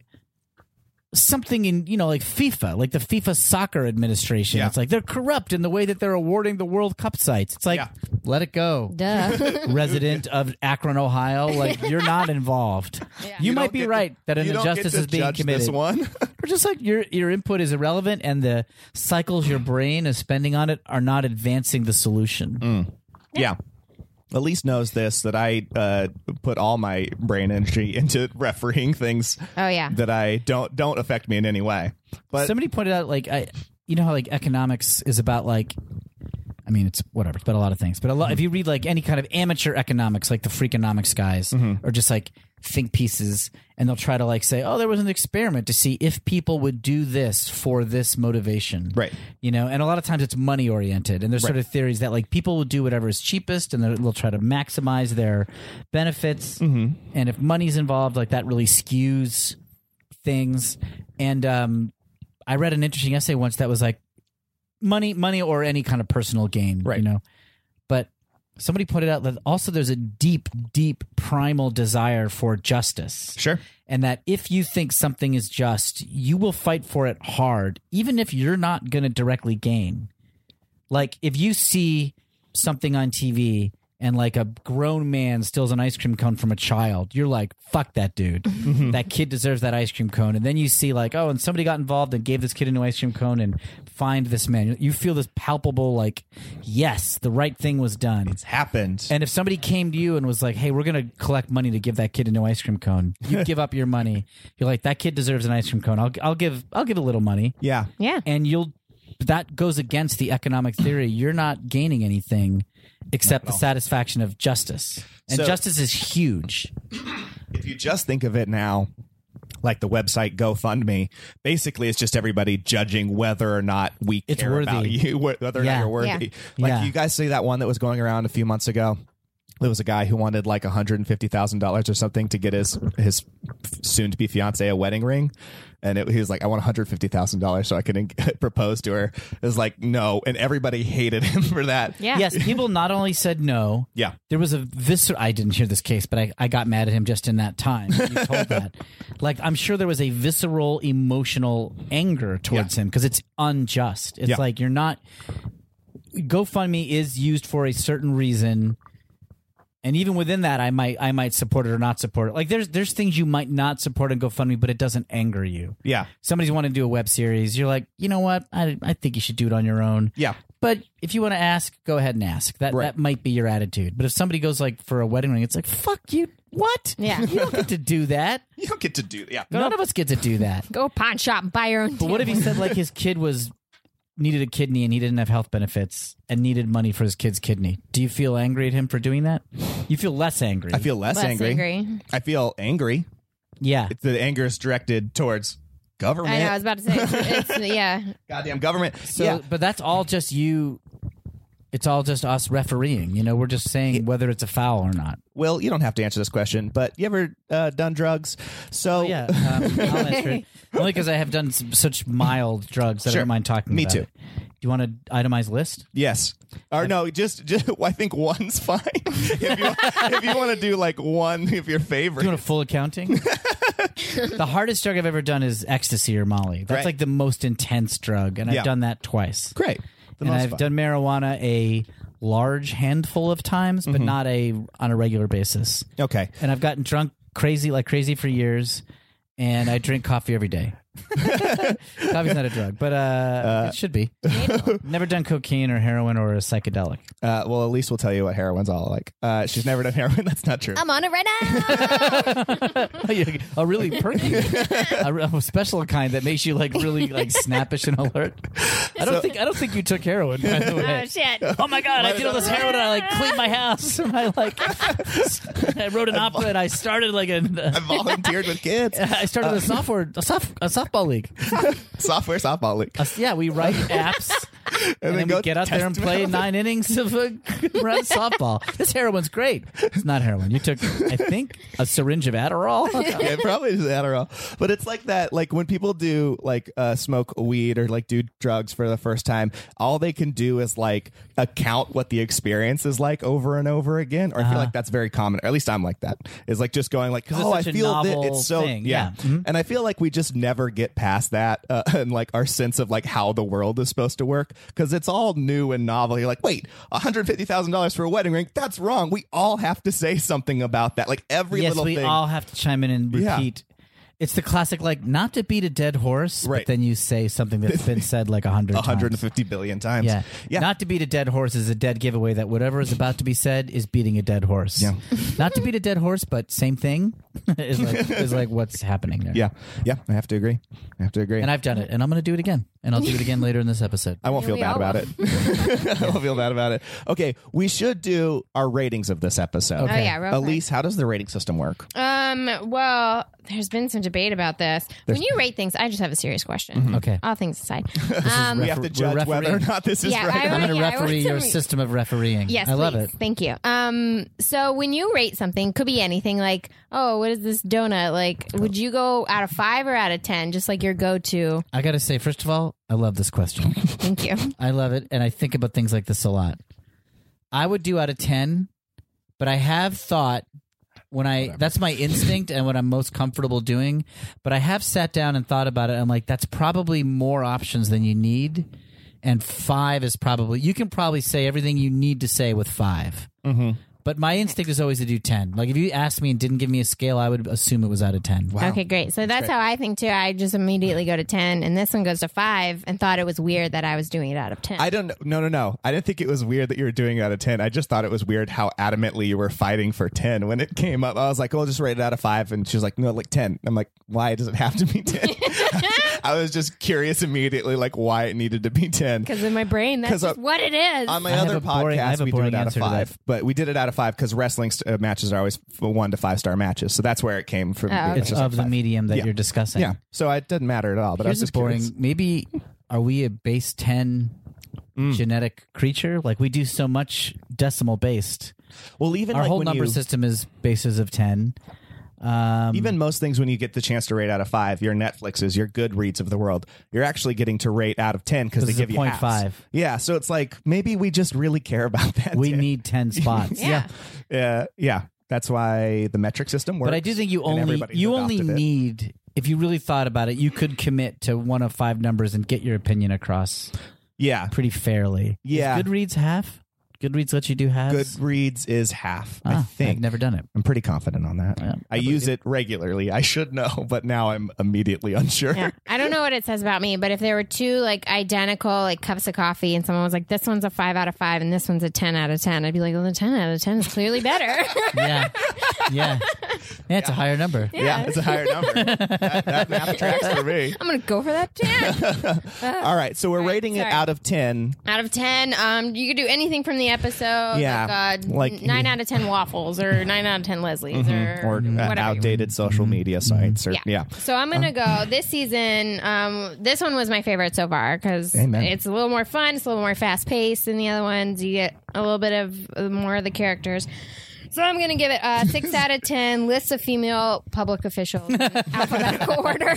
Speaker 6: something in you know like FIFA, like the FIFA soccer administration.
Speaker 4: Yeah.
Speaker 6: It's like they're corrupt in the way that they're awarding the World Cup sites. It's like
Speaker 4: Yeah.
Speaker 6: let
Speaker 4: (laughs)
Speaker 6: it go.
Speaker 5: (laughs) Duh.
Speaker 6: Resident of Akron, Ohio, like you're not involved. You,
Speaker 4: You
Speaker 6: might
Speaker 4: don't
Speaker 6: be
Speaker 4: get to-
Speaker 6: right that an
Speaker 4: you don't
Speaker 6: injustice
Speaker 4: get to
Speaker 6: is being
Speaker 4: judge
Speaker 6: committed.
Speaker 4: This (laughs) one.
Speaker 6: Or just like your your input is irrelevant and the cycles your brain is spending on it are not advancing the solution.
Speaker 4: yeah. Elise knows this that I uh, put all my brain energy into refereeing things
Speaker 5: Oh yeah.
Speaker 4: that I don't don't affect me in any way. But
Speaker 6: Somebody pointed out, like, I, you know how like economics is about like, I mean, it's whatever, it's about a lot of things. But a lot, if you read like any kind of amateur economics, like the Freakonomics guys,
Speaker 4: Mm-hmm.
Speaker 6: or just like think pieces, and they'll try to like say, oh, there was an experiment to see if people would do this for this motivation,
Speaker 4: Right.
Speaker 6: You know, and a lot of times it's money oriented, and there's sort of theories that like people will do whatever is cheapest, and they'll- they'll try to maximize their benefits,
Speaker 4: Mm-hmm.
Speaker 6: and if money's involved, like that really skews things. And um, I read an interesting essay once that was like money, money, or any kind of personal gain,
Speaker 4: Right.
Speaker 6: You know, but somebody pointed out that also there's a deep, deep primal desire for justice.
Speaker 4: sure.
Speaker 6: And that if you think something is just, you will fight for it hard, even if you're not going to directly gain. Like if you see something on TV and like a grown man steals an ice cream cone from a child, you're like, fuck that dude. That kid deserves that ice cream cone. And then you see like, oh, and somebody got involved and gave this kid a new ice cream cone and fined this man. You feel this palpable, like, yes, the right thing was done.
Speaker 4: It's happened.
Speaker 6: And if somebody came to you and was like, "Hey, we're gonna collect money to give that kid a new ice cream cone,"
Speaker 4: (laughs)
Speaker 6: you give up your money. You're like, "That kid deserves an ice cream cone. I'll, I'll give, I'll give a little money."
Speaker 4: yeah.
Speaker 5: Yeah.
Speaker 6: And you'll, that goes against the economic theory. You're not gaining anything except the satisfaction of justice, and
Speaker 4: So-
Speaker 6: justice is huge.
Speaker 4: if you just think of it now like the website GoFundMe, basically it's just everybody judging whether or not we
Speaker 6: It's
Speaker 4: care
Speaker 6: worthy.
Speaker 4: about you, (laughs) wh- whether or
Speaker 6: Yeah.
Speaker 4: not you're worthy. Like
Speaker 6: Yeah.
Speaker 4: you guys see that one that was going around a few months ago. There was a guy who wanted like hundred and fifty thousand dollars or something to get his his soon to be fiance a wedding ring, and it, he was like, "I want one hundred fifty thousand dollars so I can (laughs) propose to her." It was like, "No," and everybody hated (laughs) him for that.
Speaker 5: Yeah.
Speaker 6: Yes, people not only said no,
Speaker 4: Yeah.
Speaker 6: there was a visceral. I didn't hear this case, but I, I got mad at him just in that time. You told that, like I'm sure there was a visceral, emotional anger towards him because it's unjust. It's
Speaker 4: Yeah.
Speaker 6: like you're not. GoFundMe is used for a certain reason, and even within that, I might I might support it or not support it. Like there's there's things you might not support in GoFundMe, but it doesn't anger you.
Speaker 4: yeah,
Speaker 6: Somebody's wanting to do a web series. You're like, you know what? I, I think you should do it on your own.
Speaker 4: yeah.
Speaker 6: But if you want to ask, go ahead and ask. That
Speaker 4: Right.
Speaker 6: that might be your attitude. But if somebody goes like for a wedding ring, it's like fuck you. What?
Speaker 5: Yeah.
Speaker 6: you don't get to do that. (laughs)
Speaker 4: You don't get to do yeah.
Speaker 6: None of us get to do that.
Speaker 5: Go pawn shop and buy your own.
Speaker 6: But what if he said like his kid was needed a kidney and he didn't have health benefits and needed money for his kid's kidney? Do you feel angry at him for doing that? You feel less angry.
Speaker 4: I feel less,
Speaker 5: Less angry.
Speaker 4: I feel angry.
Speaker 6: yeah.
Speaker 4: It's the anger is directed towards government.
Speaker 5: I know. I was about to say. It's, (laughs) it's, yeah.
Speaker 4: Goddamn government.
Speaker 6: So,
Speaker 4: yeah.
Speaker 6: but that's all just you. It's all just us refereeing. You know, we're just saying whether it's a foul or not.
Speaker 4: Well, you don't have to answer this question, but you ever uh, done drugs? So
Speaker 6: Yeah, um, I'll answer it. Only because I have done s such mild drugs that I
Speaker 4: Sure.
Speaker 6: don't mind talking
Speaker 4: Me
Speaker 6: about
Speaker 4: too.
Speaker 6: it. Do you want an itemized list?
Speaker 4: (laughs) yes. Or no, just, just (laughs) I think one's fine. if you (laughs) if you want to do like one of your
Speaker 6: Do you want
Speaker 4: favorite,
Speaker 6: a
Speaker 4: (laughs)
Speaker 6: full accounting? the hardest drug I've ever done is ecstasy or Molly. That's
Speaker 4: Right.
Speaker 6: like the most intense drug, and I've
Speaker 4: Yeah.
Speaker 6: done that twice.
Speaker 4: great. The
Speaker 6: and
Speaker 4: most
Speaker 6: I've
Speaker 4: fun.
Speaker 6: done marijuana a large handful of times,
Speaker 4: Mm-hmm.
Speaker 6: but not a on a regular basis.
Speaker 4: okay.
Speaker 6: And I've gotten drunk crazy like crazy for years, and I drink coffee every (laughs) day. Coffee's not a drug, but uh, it should be. Never done cocaine or heroin or a (laughs) psychedelic.
Speaker 4: Uh, well, Elise will tell you what heroin's all like. Uh, she's never done (laughs) heroin. That's not true.
Speaker 5: I'm on it right (laughs) now.
Speaker 6: a Oh, really perky, a, re- a special kind that makes you like really like snappish and alert. I don't think I don't think you took heroin. By the way.
Speaker 5: (laughs) oh shit.
Speaker 6: (laughs) Oh my god! I did all this heroin and I like cleaned my house (laughs) and I like I wrote an opera and I started like
Speaker 4: I
Speaker 6: a
Speaker 4: volunteered with
Speaker 6: (laughs)
Speaker 4: kids.
Speaker 6: I started a software a, soft, a softball league. Uh,
Speaker 4: Software softball league.
Speaker 6: Yeah, we write apps
Speaker 4: and,
Speaker 6: and then
Speaker 4: go
Speaker 6: we get out there and
Speaker 4: test
Speaker 6: play
Speaker 4: it out.
Speaker 6: nine innings of a (laughs) round softball. This heroin's great. It's not heroin. You took, I think, a syringe of
Speaker 4: (laughs)
Speaker 6: Adderall.
Speaker 4: yeah, probably is Adderall. But it's like that, like when people do like uh, smoke weed or like do drugs for the first time, all they can do is like account what the experience is like over and over again. Or I
Speaker 6: Uh-huh.
Speaker 4: feel like that's very common. Or at least I'm like that. Is like just going like,
Speaker 6: 'Cause it's
Speaker 4: oh, I
Speaker 6: such a
Speaker 4: feel that
Speaker 6: novel
Speaker 4: it's so
Speaker 6: thing,
Speaker 4: yeah.
Speaker 6: yeah. Mhm.
Speaker 4: And I feel like we just never get past that uh, (laughs) and like our sense of like how the world is supposed to work because it's all new and novel. You're like, wait, $150,000 for a wedding ring? That's wrong. We all have to say something about that. Like every
Speaker 6: yes,
Speaker 4: little
Speaker 6: we
Speaker 4: thing.
Speaker 6: all have to chime in and
Speaker 4: Yeah.
Speaker 6: repeat. It's the classic, like, not to beat a dead horse,
Speaker 4: Right.
Speaker 6: but then you say something that's
Speaker 4: (laughs)
Speaker 6: been said like a hundred times.
Speaker 4: 150 billion times.
Speaker 6: Yeah.
Speaker 4: Yeah.
Speaker 6: Not to beat a dead horse is a dead giveaway that whatever is about to be said is beating a dead horse.
Speaker 4: Yeah.
Speaker 6: (laughs) Not to beat a dead horse, but same thing (laughs) is like, is like what's happening there.
Speaker 4: yeah. Yeah. I have to agree. I have to agree.
Speaker 6: And I've done it, and I'm going to do it again. And I'll do it again later in this episode.
Speaker 4: I won't
Speaker 5: Yeah,
Speaker 4: feel
Speaker 5: we
Speaker 4: bad
Speaker 5: all
Speaker 4: about it. (laughs) I won't feel bad about it. Okay. We should do our ratings of this episode.
Speaker 5: Oh, yeah, real quick.
Speaker 4: Elise, how does the rating system work?
Speaker 5: Um. Well, there's been some debate about this. when you rate things, I just have a serious question.
Speaker 6: Okay.
Speaker 5: All things
Speaker 6: (laughs)
Speaker 5: aside. um,
Speaker 4: we have to
Speaker 6: we're
Speaker 4: judge whether or
Speaker 6: refereeing.
Speaker 4: not this is
Speaker 5: Yeah,
Speaker 4: right.
Speaker 5: I
Speaker 6: I'm
Speaker 5: wanna-
Speaker 6: going to
Speaker 5: yeah, I
Speaker 6: referee
Speaker 5: want
Speaker 6: your
Speaker 5: some-
Speaker 6: system of refereeing.
Speaker 5: Yes,
Speaker 6: I love
Speaker 5: please.
Speaker 6: it.
Speaker 5: Thank you. Um, so when you rate something, could be anything like, oh, what is this donut? Like,
Speaker 6: Oh.
Speaker 5: would you go out of five or out of ten? Just like your go-to.
Speaker 6: I got to say, first of all, I love this question.
Speaker 5: Thank you.
Speaker 6: I love it, and I think about things like this a lot. I would do out of ten, but I have thought when I that's my instinct and what I'm most comfortable doing. But I have sat down and thought about it. I'm like, that's probably more options than you need, and five is probably you can probably say everything you need to say with 5 Mm-hmm. But my instinct is always to do ten. Like if you asked me and didn't give me a scale, I would assume it was out of ten.
Speaker 5: Okay, great. So that's how I think too. I just immediately go to ten, and this one goes to five, and thought it was weird that I was doing it out of ten.
Speaker 4: I don't no no no. I didn't think it was weird that you were doing it out of ten. I just thought it was weird how adamantly you were fighting for ten when it came up. I was like, "Oh, just rate it out of five. and she was like, "No, like 10. I'm like, "Why does it have to be 10? (laughs) I was just curious immediately, like why it needed to be
Speaker 5: (laughs)
Speaker 4: ten.
Speaker 5: because in my brain,
Speaker 4: (laughs) 'Cause
Speaker 5: that's
Speaker 4: I-
Speaker 5: just what it is.
Speaker 4: On my
Speaker 6: I have
Speaker 4: other
Speaker 6: a boring- I have
Speaker 4: podcast,
Speaker 6: a
Speaker 4: we do it
Speaker 6: boring
Speaker 4: out of
Speaker 6: answer to
Speaker 4: five,
Speaker 6: that.
Speaker 4: but we did it out of five because wrestling st- uh, matches are always f- one to five star matches. So that's where it came from.
Speaker 5: Oh,
Speaker 6: It's
Speaker 4: just
Speaker 6: of the
Speaker 4: five.
Speaker 6: medium that
Speaker 4: Yeah.
Speaker 6: you're discussing.
Speaker 4: Yeah, so it doesn't matter at all. But
Speaker 6: Here's
Speaker 4: I was
Speaker 6: a
Speaker 4: just
Speaker 6: boring.
Speaker 4: curious.
Speaker 6: Maybe are we a base ten
Speaker 4: Mm.
Speaker 6: genetic creature? Like we do so much decimal based.
Speaker 4: Well, even
Speaker 6: Our
Speaker 4: like
Speaker 6: whole
Speaker 4: when
Speaker 6: number
Speaker 4: you-
Speaker 6: system is bases of ten. Um,
Speaker 4: Even most things, when you get the chance to rate out of five, your Netflixes, your Goodreads of the world, you're actually getting to rate out of ten because they
Speaker 6: it's
Speaker 4: give
Speaker 6: a
Speaker 4: you
Speaker 6: point
Speaker 4: halves.
Speaker 6: five.
Speaker 4: Yeah, so it's like maybe we just really care about that.
Speaker 6: we
Speaker 4: too. (laughs)
Speaker 6: need ten spots.
Speaker 5: yeah.
Speaker 4: yeah, yeah. That's why the metric system works.
Speaker 6: but I do think you
Speaker 4: and
Speaker 6: only
Speaker 4: everybody's
Speaker 6: you only
Speaker 4: adopted it.
Speaker 6: need if you really thought about it, you could commit to one of five numbers and get your opinion across
Speaker 4: yeah.
Speaker 6: pretty fairly. Is
Speaker 4: Yeah.
Speaker 6: Goodreads half. Goodreads lets you do halves.
Speaker 4: Goodreads is half. I
Speaker 6: Ah,
Speaker 4: think
Speaker 6: I've never
Speaker 4: (laughs)
Speaker 6: done it.
Speaker 4: I'm pretty confident on that. I, use it regularly. I should know, (laughs) but now I'm immediately unsure.
Speaker 5: Yeah. (laughs) I don't know what it says about me, but if there were two like identical like cups of coffee and someone was like, this one's a five out of five and this one's a 10 out of 10, I'd be like, well, the 10 out of 10 is clearly better. (laughs)
Speaker 6: Yeah, yeah, yeah. It's a higher number.
Speaker 4: (laughs) Yeah, it's a higher number. that, that math tracks for
Speaker 5: (laughs)
Speaker 4: me.
Speaker 5: I'm going to go for that
Speaker 4: (laughs)
Speaker 5: 10.
Speaker 4: All right, so we're rating
Speaker 5: Uh, sorry.
Speaker 4: it out of ten.
Speaker 5: out of 10, um, you could do anything from the episode.
Speaker 4: Yeah.
Speaker 5: Like, uh,
Speaker 4: Like-
Speaker 5: like nine out of 10 waffles or nine out of 10
Speaker 4: or uh,
Speaker 5: Leslie's or, whatever. you want. Mm-hmm.
Speaker 4: outdated social media sites or yeah,
Speaker 5: So I'm
Speaker 4: Um,
Speaker 5: gonna go this season. Um, this one was my favorite so far because
Speaker 4: Amen.
Speaker 5: it's a little more fun. It's a little more fast paced than the other ones. You get a little bit of uh, more of the characters. So I'm gonna give it
Speaker 4: (laughs)
Speaker 5: a six out of ten. List of female public officials, in alphabetical
Speaker 4: (laughs)
Speaker 5: order.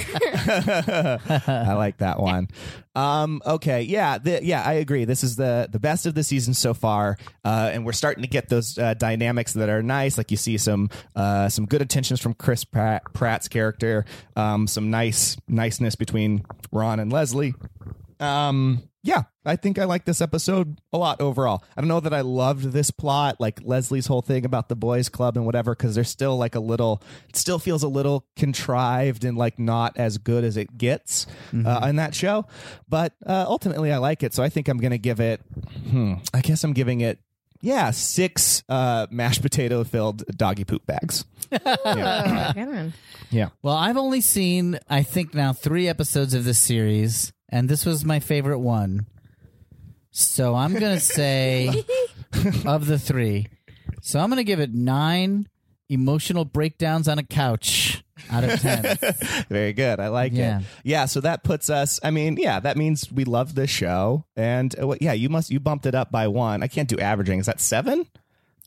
Speaker 4: I like that one. Um, okay, yeah, the, yeah, I agree. This is the the best of the season so far, uh, and we're starting to get those uh, dynamics that are nice. Like you see some uh, some good attentions from Chris Pratt, Pratt's character, um, some nice niceness between Ron and Leslie. Um, yeah, I think I like this episode a lot overall. I don't know that I loved this plot, like Leslie's whole thing about the boys' club and whatever, because there's still like a little, it still feels a little contrived and like not as good as it gets uh, in that show. But uh, ultimately, I like it, so I think I'm gonna give it. Hmm, I guess I'm giving it. Yeah, six uh, mashed potato filled doggy poop bags.
Speaker 5: Oh, good one.
Speaker 4: Yeah,
Speaker 6: Well, I've only seen, I think now, three episodes of this series, and this was my favorite one. So I'm going to say, of the three, so I'm going to give it nine emotional breakdowns on a couch out
Speaker 4: (laughs)
Speaker 6: of 10.
Speaker 4: Very good. I like
Speaker 6: Yeah.
Speaker 4: it. Yeah. So that puts us. I mean, yeah, that means we love this show. And uh, what- yeah, you must you bumped it up by one. I can't do averaging. Is that seven?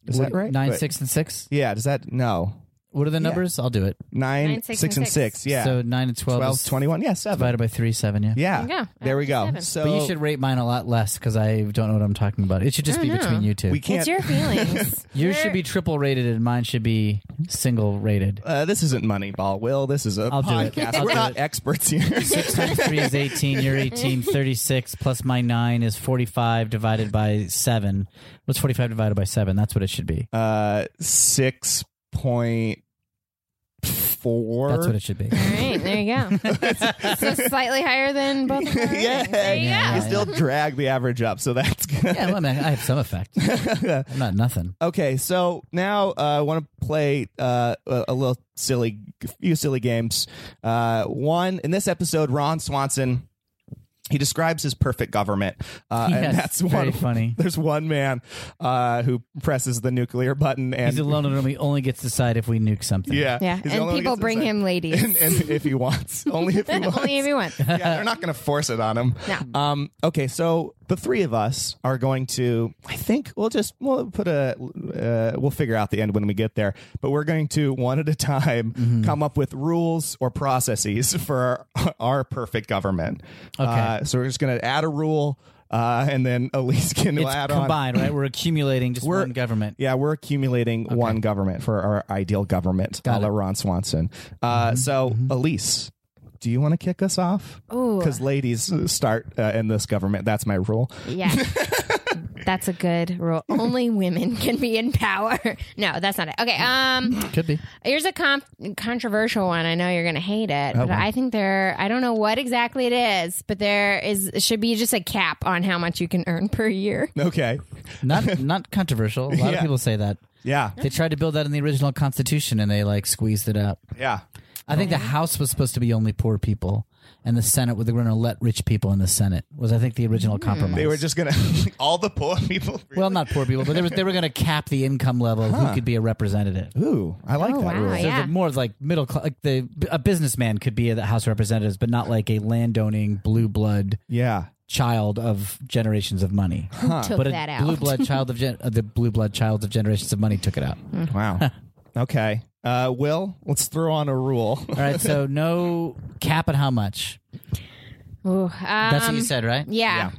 Speaker 4: Is that right?
Speaker 6: Nine,
Speaker 4: Wait.
Speaker 6: six, and six.
Speaker 4: Yeah. Does that no
Speaker 6: What are the numbers? I'll do it.
Speaker 4: nine,
Speaker 5: Nine, six,
Speaker 4: six,
Speaker 5: and
Speaker 4: and
Speaker 5: six.
Speaker 4: six? Yeah.
Speaker 6: So nine and 12,
Speaker 4: 12,
Speaker 6: is
Speaker 4: 21. Yeah, seven.
Speaker 6: divided by three, seven. Yeah.
Speaker 4: yeah.
Speaker 5: Yeah,
Speaker 4: There we go.
Speaker 5: seven.
Speaker 4: So
Speaker 6: But you should rate mine a lot less because I don't know what I'm talking about. It should just
Speaker 5: I
Speaker 6: be
Speaker 5: don't
Speaker 6: between
Speaker 5: know.
Speaker 6: you two.
Speaker 4: we can't.
Speaker 5: It's your feelings.
Speaker 6: Yours
Speaker 5: You're-
Speaker 6: should be triple rated and mine should be single rated.
Speaker 4: (laughs) uh, this isn't Moneyball, Will. This is a
Speaker 6: I'll do it.
Speaker 4: podcast.
Speaker 6: I'll
Speaker 4: We're
Speaker 6: do
Speaker 4: not
Speaker 6: it.
Speaker 4: experts here.
Speaker 6: (laughs) Six times three is 18. You're 18. 36 plus my nine is 45 divided by seven. What's 45 divided by seven? That's what it should be.
Speaker 4: Uh, six point four.
Speaker 6: That's what it should be.
Speaker 5: All right, there you
Speaker 4: (laughs)
Speaker 5: go. so slightly higher than both. Of our
Speaker 4: yeah,
Speaker 5: ratings. There you
Speaker 6: Yeah.
Speaker 5: go.
Speaker 4: you still drag the average up, so that's good.
Speaker 6: Yeah, well, I, mean, I have some effect. I'm not nothing.
Speaker 4: Okay, so now uh, I want to play uh, a, a little silly, few silly games. Uh, one in this episode, Ron Swanson. He describes his perfect government, uh,
Speaker 6: Yes,
Speaker 4: and that's
Speaker 6: very
Speaker 4: one.
Speaker 6: funny.
Speaker 4: (laughs) There's one man uh, who presses the nuclear button, and
Speaker 6: He's alone and only, only gets to decide if we nuke something.
Speaker 4: yeah,
Speaker 5: Yeah,
Speaker 4: he's the only
Speaker 5: and
Speaker 4: one who
Speaker 5: people
Speaker 4: gets to
Speaker 5: bring
Speaker 4: decide.
Speaker 5: him
Speaker 4: (laughs)
Speaker 5: ladies.
Speaker 4: and, and if he wants, only if he wants.
Speaker 5: (laughs) Only if you want.
Speaker 4: (laughs) yeah, they're not going to force it on him.
Speaker 5: No.
Speaker 4: Um, okay, so the three of us are going to. I think we'll just we'll put a uh, we'll figure out the end when we get there. But we're going to one at a time
Speaker 6: Mm-hmm.
Speaker 4: come up with rules or processes (laughs) for our, our perfect government.
Speaker 6: Okay.
Speaker 4: Uh, so we're just going to add a rule, uh, and then Elise can
Speaker 6: It's
Speaker 4: add on.
Speaker 6: combined, right? We're accumulating just one government.
Speaker 4: Yeah, we're accumulating one government for our ideal government, a
Speaker 6: Got
Speaker 4: la
Speaker 6: it. Mm-hmm.
Speaker 4: Ron Swanson. Uh, So, Elise, do you want to kick us off?
Speaker 5: Ooh.
Speaker 4: Because ladies start uh, in this government. That's my rule.
Speaker 5: Yeah. That's a good rule. Only women can be in power. (laughs) No, that's not it. Okay. Um,
Speaker 6: Could be.
Speaker 5: here's a com- controversial one. I know you're gonna hate it, but I think there. I don't know what exactly it is, but there is should be just a cap on how much you can earn per year.
Speaker 4: Okay.
Speaker 6: Not not controversial. A lot
Speaker 4: Yeah.
Speaker 6: of people say that.
Speaker 4: Yeah.
Speaker 6: They tried to build that in the original Constitution and they like squeezed it up.
Speaker 4: Yeah.
Speaker 6: I think the House was supposed to be only poor people, and the Senate was they were going to let rich people in the Senate. Was I think the original
Speaker 5: Hmm.
Speaker 6: compromise?
Speaker 4: They were just going to, (laughs) all the poor people.
Speaker 6: well, not poor people, but they were they were going to cap the income level of who could be a representative.
Speaker 4: Ooh, I like
Speaker 5: Oh,
Speaker 4: that
Speaker 5: wow,
Speaker 4: rule.
Speaker 5: yeah.
Speaker 6: So the more of like middle class, like the a businessman could be in the House of Representatives, but not like a landowning blue blood
Speaker 4: Yeah.
Speaker 6: child of generations of money.
Speaker 5: Took
Speaker 6: Uh, But
Speaker 5: that
Speaker 6: a
Speaker 5: out.
Speaker 6: blue blood child of gen- uh, the blue blood child of generations of money took it out.
Speaker 5: Mm-hmm.
Speaker 6: (laughs)
Speaker 4: Wow. okay. Uh, Will, let's throw on a rule. (laughs)
Speaker 6: All right, so no cap at how much.
Speaker 5: Ooh, um,
Speaker 6: That's what you said, right?
Speaker 5: Yeah.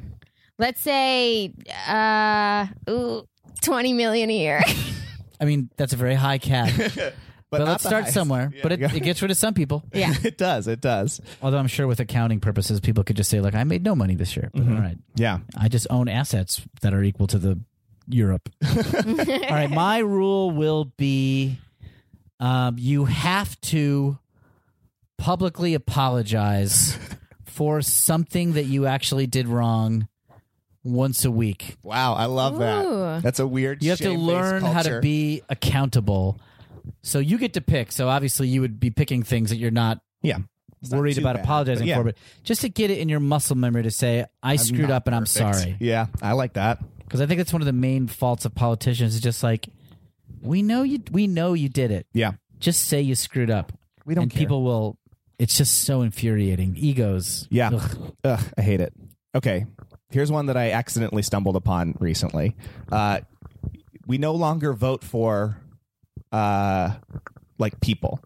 Speaker 5: Let's say uh, ooh, twenty million a year.
Speaker 6: I mean, that's a very high cap.
Speaker 4: (laughs)
Speaker 6: But,
Speaker 4: not
Speaker 6: let's
Speaker 4: the (laughs)
Speaker 6: start
Speaker 4: highest.
Speaker 6: somewhere.
Speaker 4: Yeah.
Speaker 6: but (laughs) it, it gets rid of some
Speaker 4: (laughs)
Speaker 6: people.
Speaker 5: yeah.
Speaker 4: it does. It does.
Speaker 6: Although I'm sure with accounting purposes, people could just say, "Look, I made no money this year." But
Speaker 4: Mm-hmm.
Speaker 6: all right,
Speaker 4: Yeah.
Speaker 6: I just own assets that are equal to the
Speaker 4: (laughs)
Speaker 6: Europe. all right, my rule will be: um, you have to
Speaker 4: (laughs)
Speaker 6: publicly apologize for something that you actually did wrong once a week.
Speaker 4: Wow. I love
Speaker 5: Ooh.
Speaker 4: that. That's a weird
Speaker 6: You have to
Speaker 4: shame-based
Speaker 6: learn how to
Speaker 4: culture.
Speaker 6: be accountable. So you get to pick. So obviously, you would be picking things that you're not
Speaker 4: Yeah. It's not
Speaker 6: worried
Speaker 4: too
Speaker 6: about
Speaker 4: bad,
Speaker 6: apologizing
Speaker 4: but yeah.
Speaker 6: for, but just to get it in your muscle memory to say, I screwed
Speaker 4: not
Speaker 6: up and I'm
Speaker 4: perfect.
Speaker 6: sorry.
Speaker 4: Yeah, I like that.
Speaker 6: Because I think that's one of the main faults of politicians is just like, we know you, we know you did it.
Speaker 4: Yeah.
Speaker 6: Just say you screwed up.
Speaker 4: We don't
Speaker 6: and
Speaker 4: care.
Speaker 6: people will. It's just so infuriating. Egos.
Speaker 4: Yeah.
Speaker 6: Ugh.
Speaker 4: Ugh, I hate it. Okay. Here's one that I accidentally stumbled upon recently. Uh, we no longer vote for uh, like people.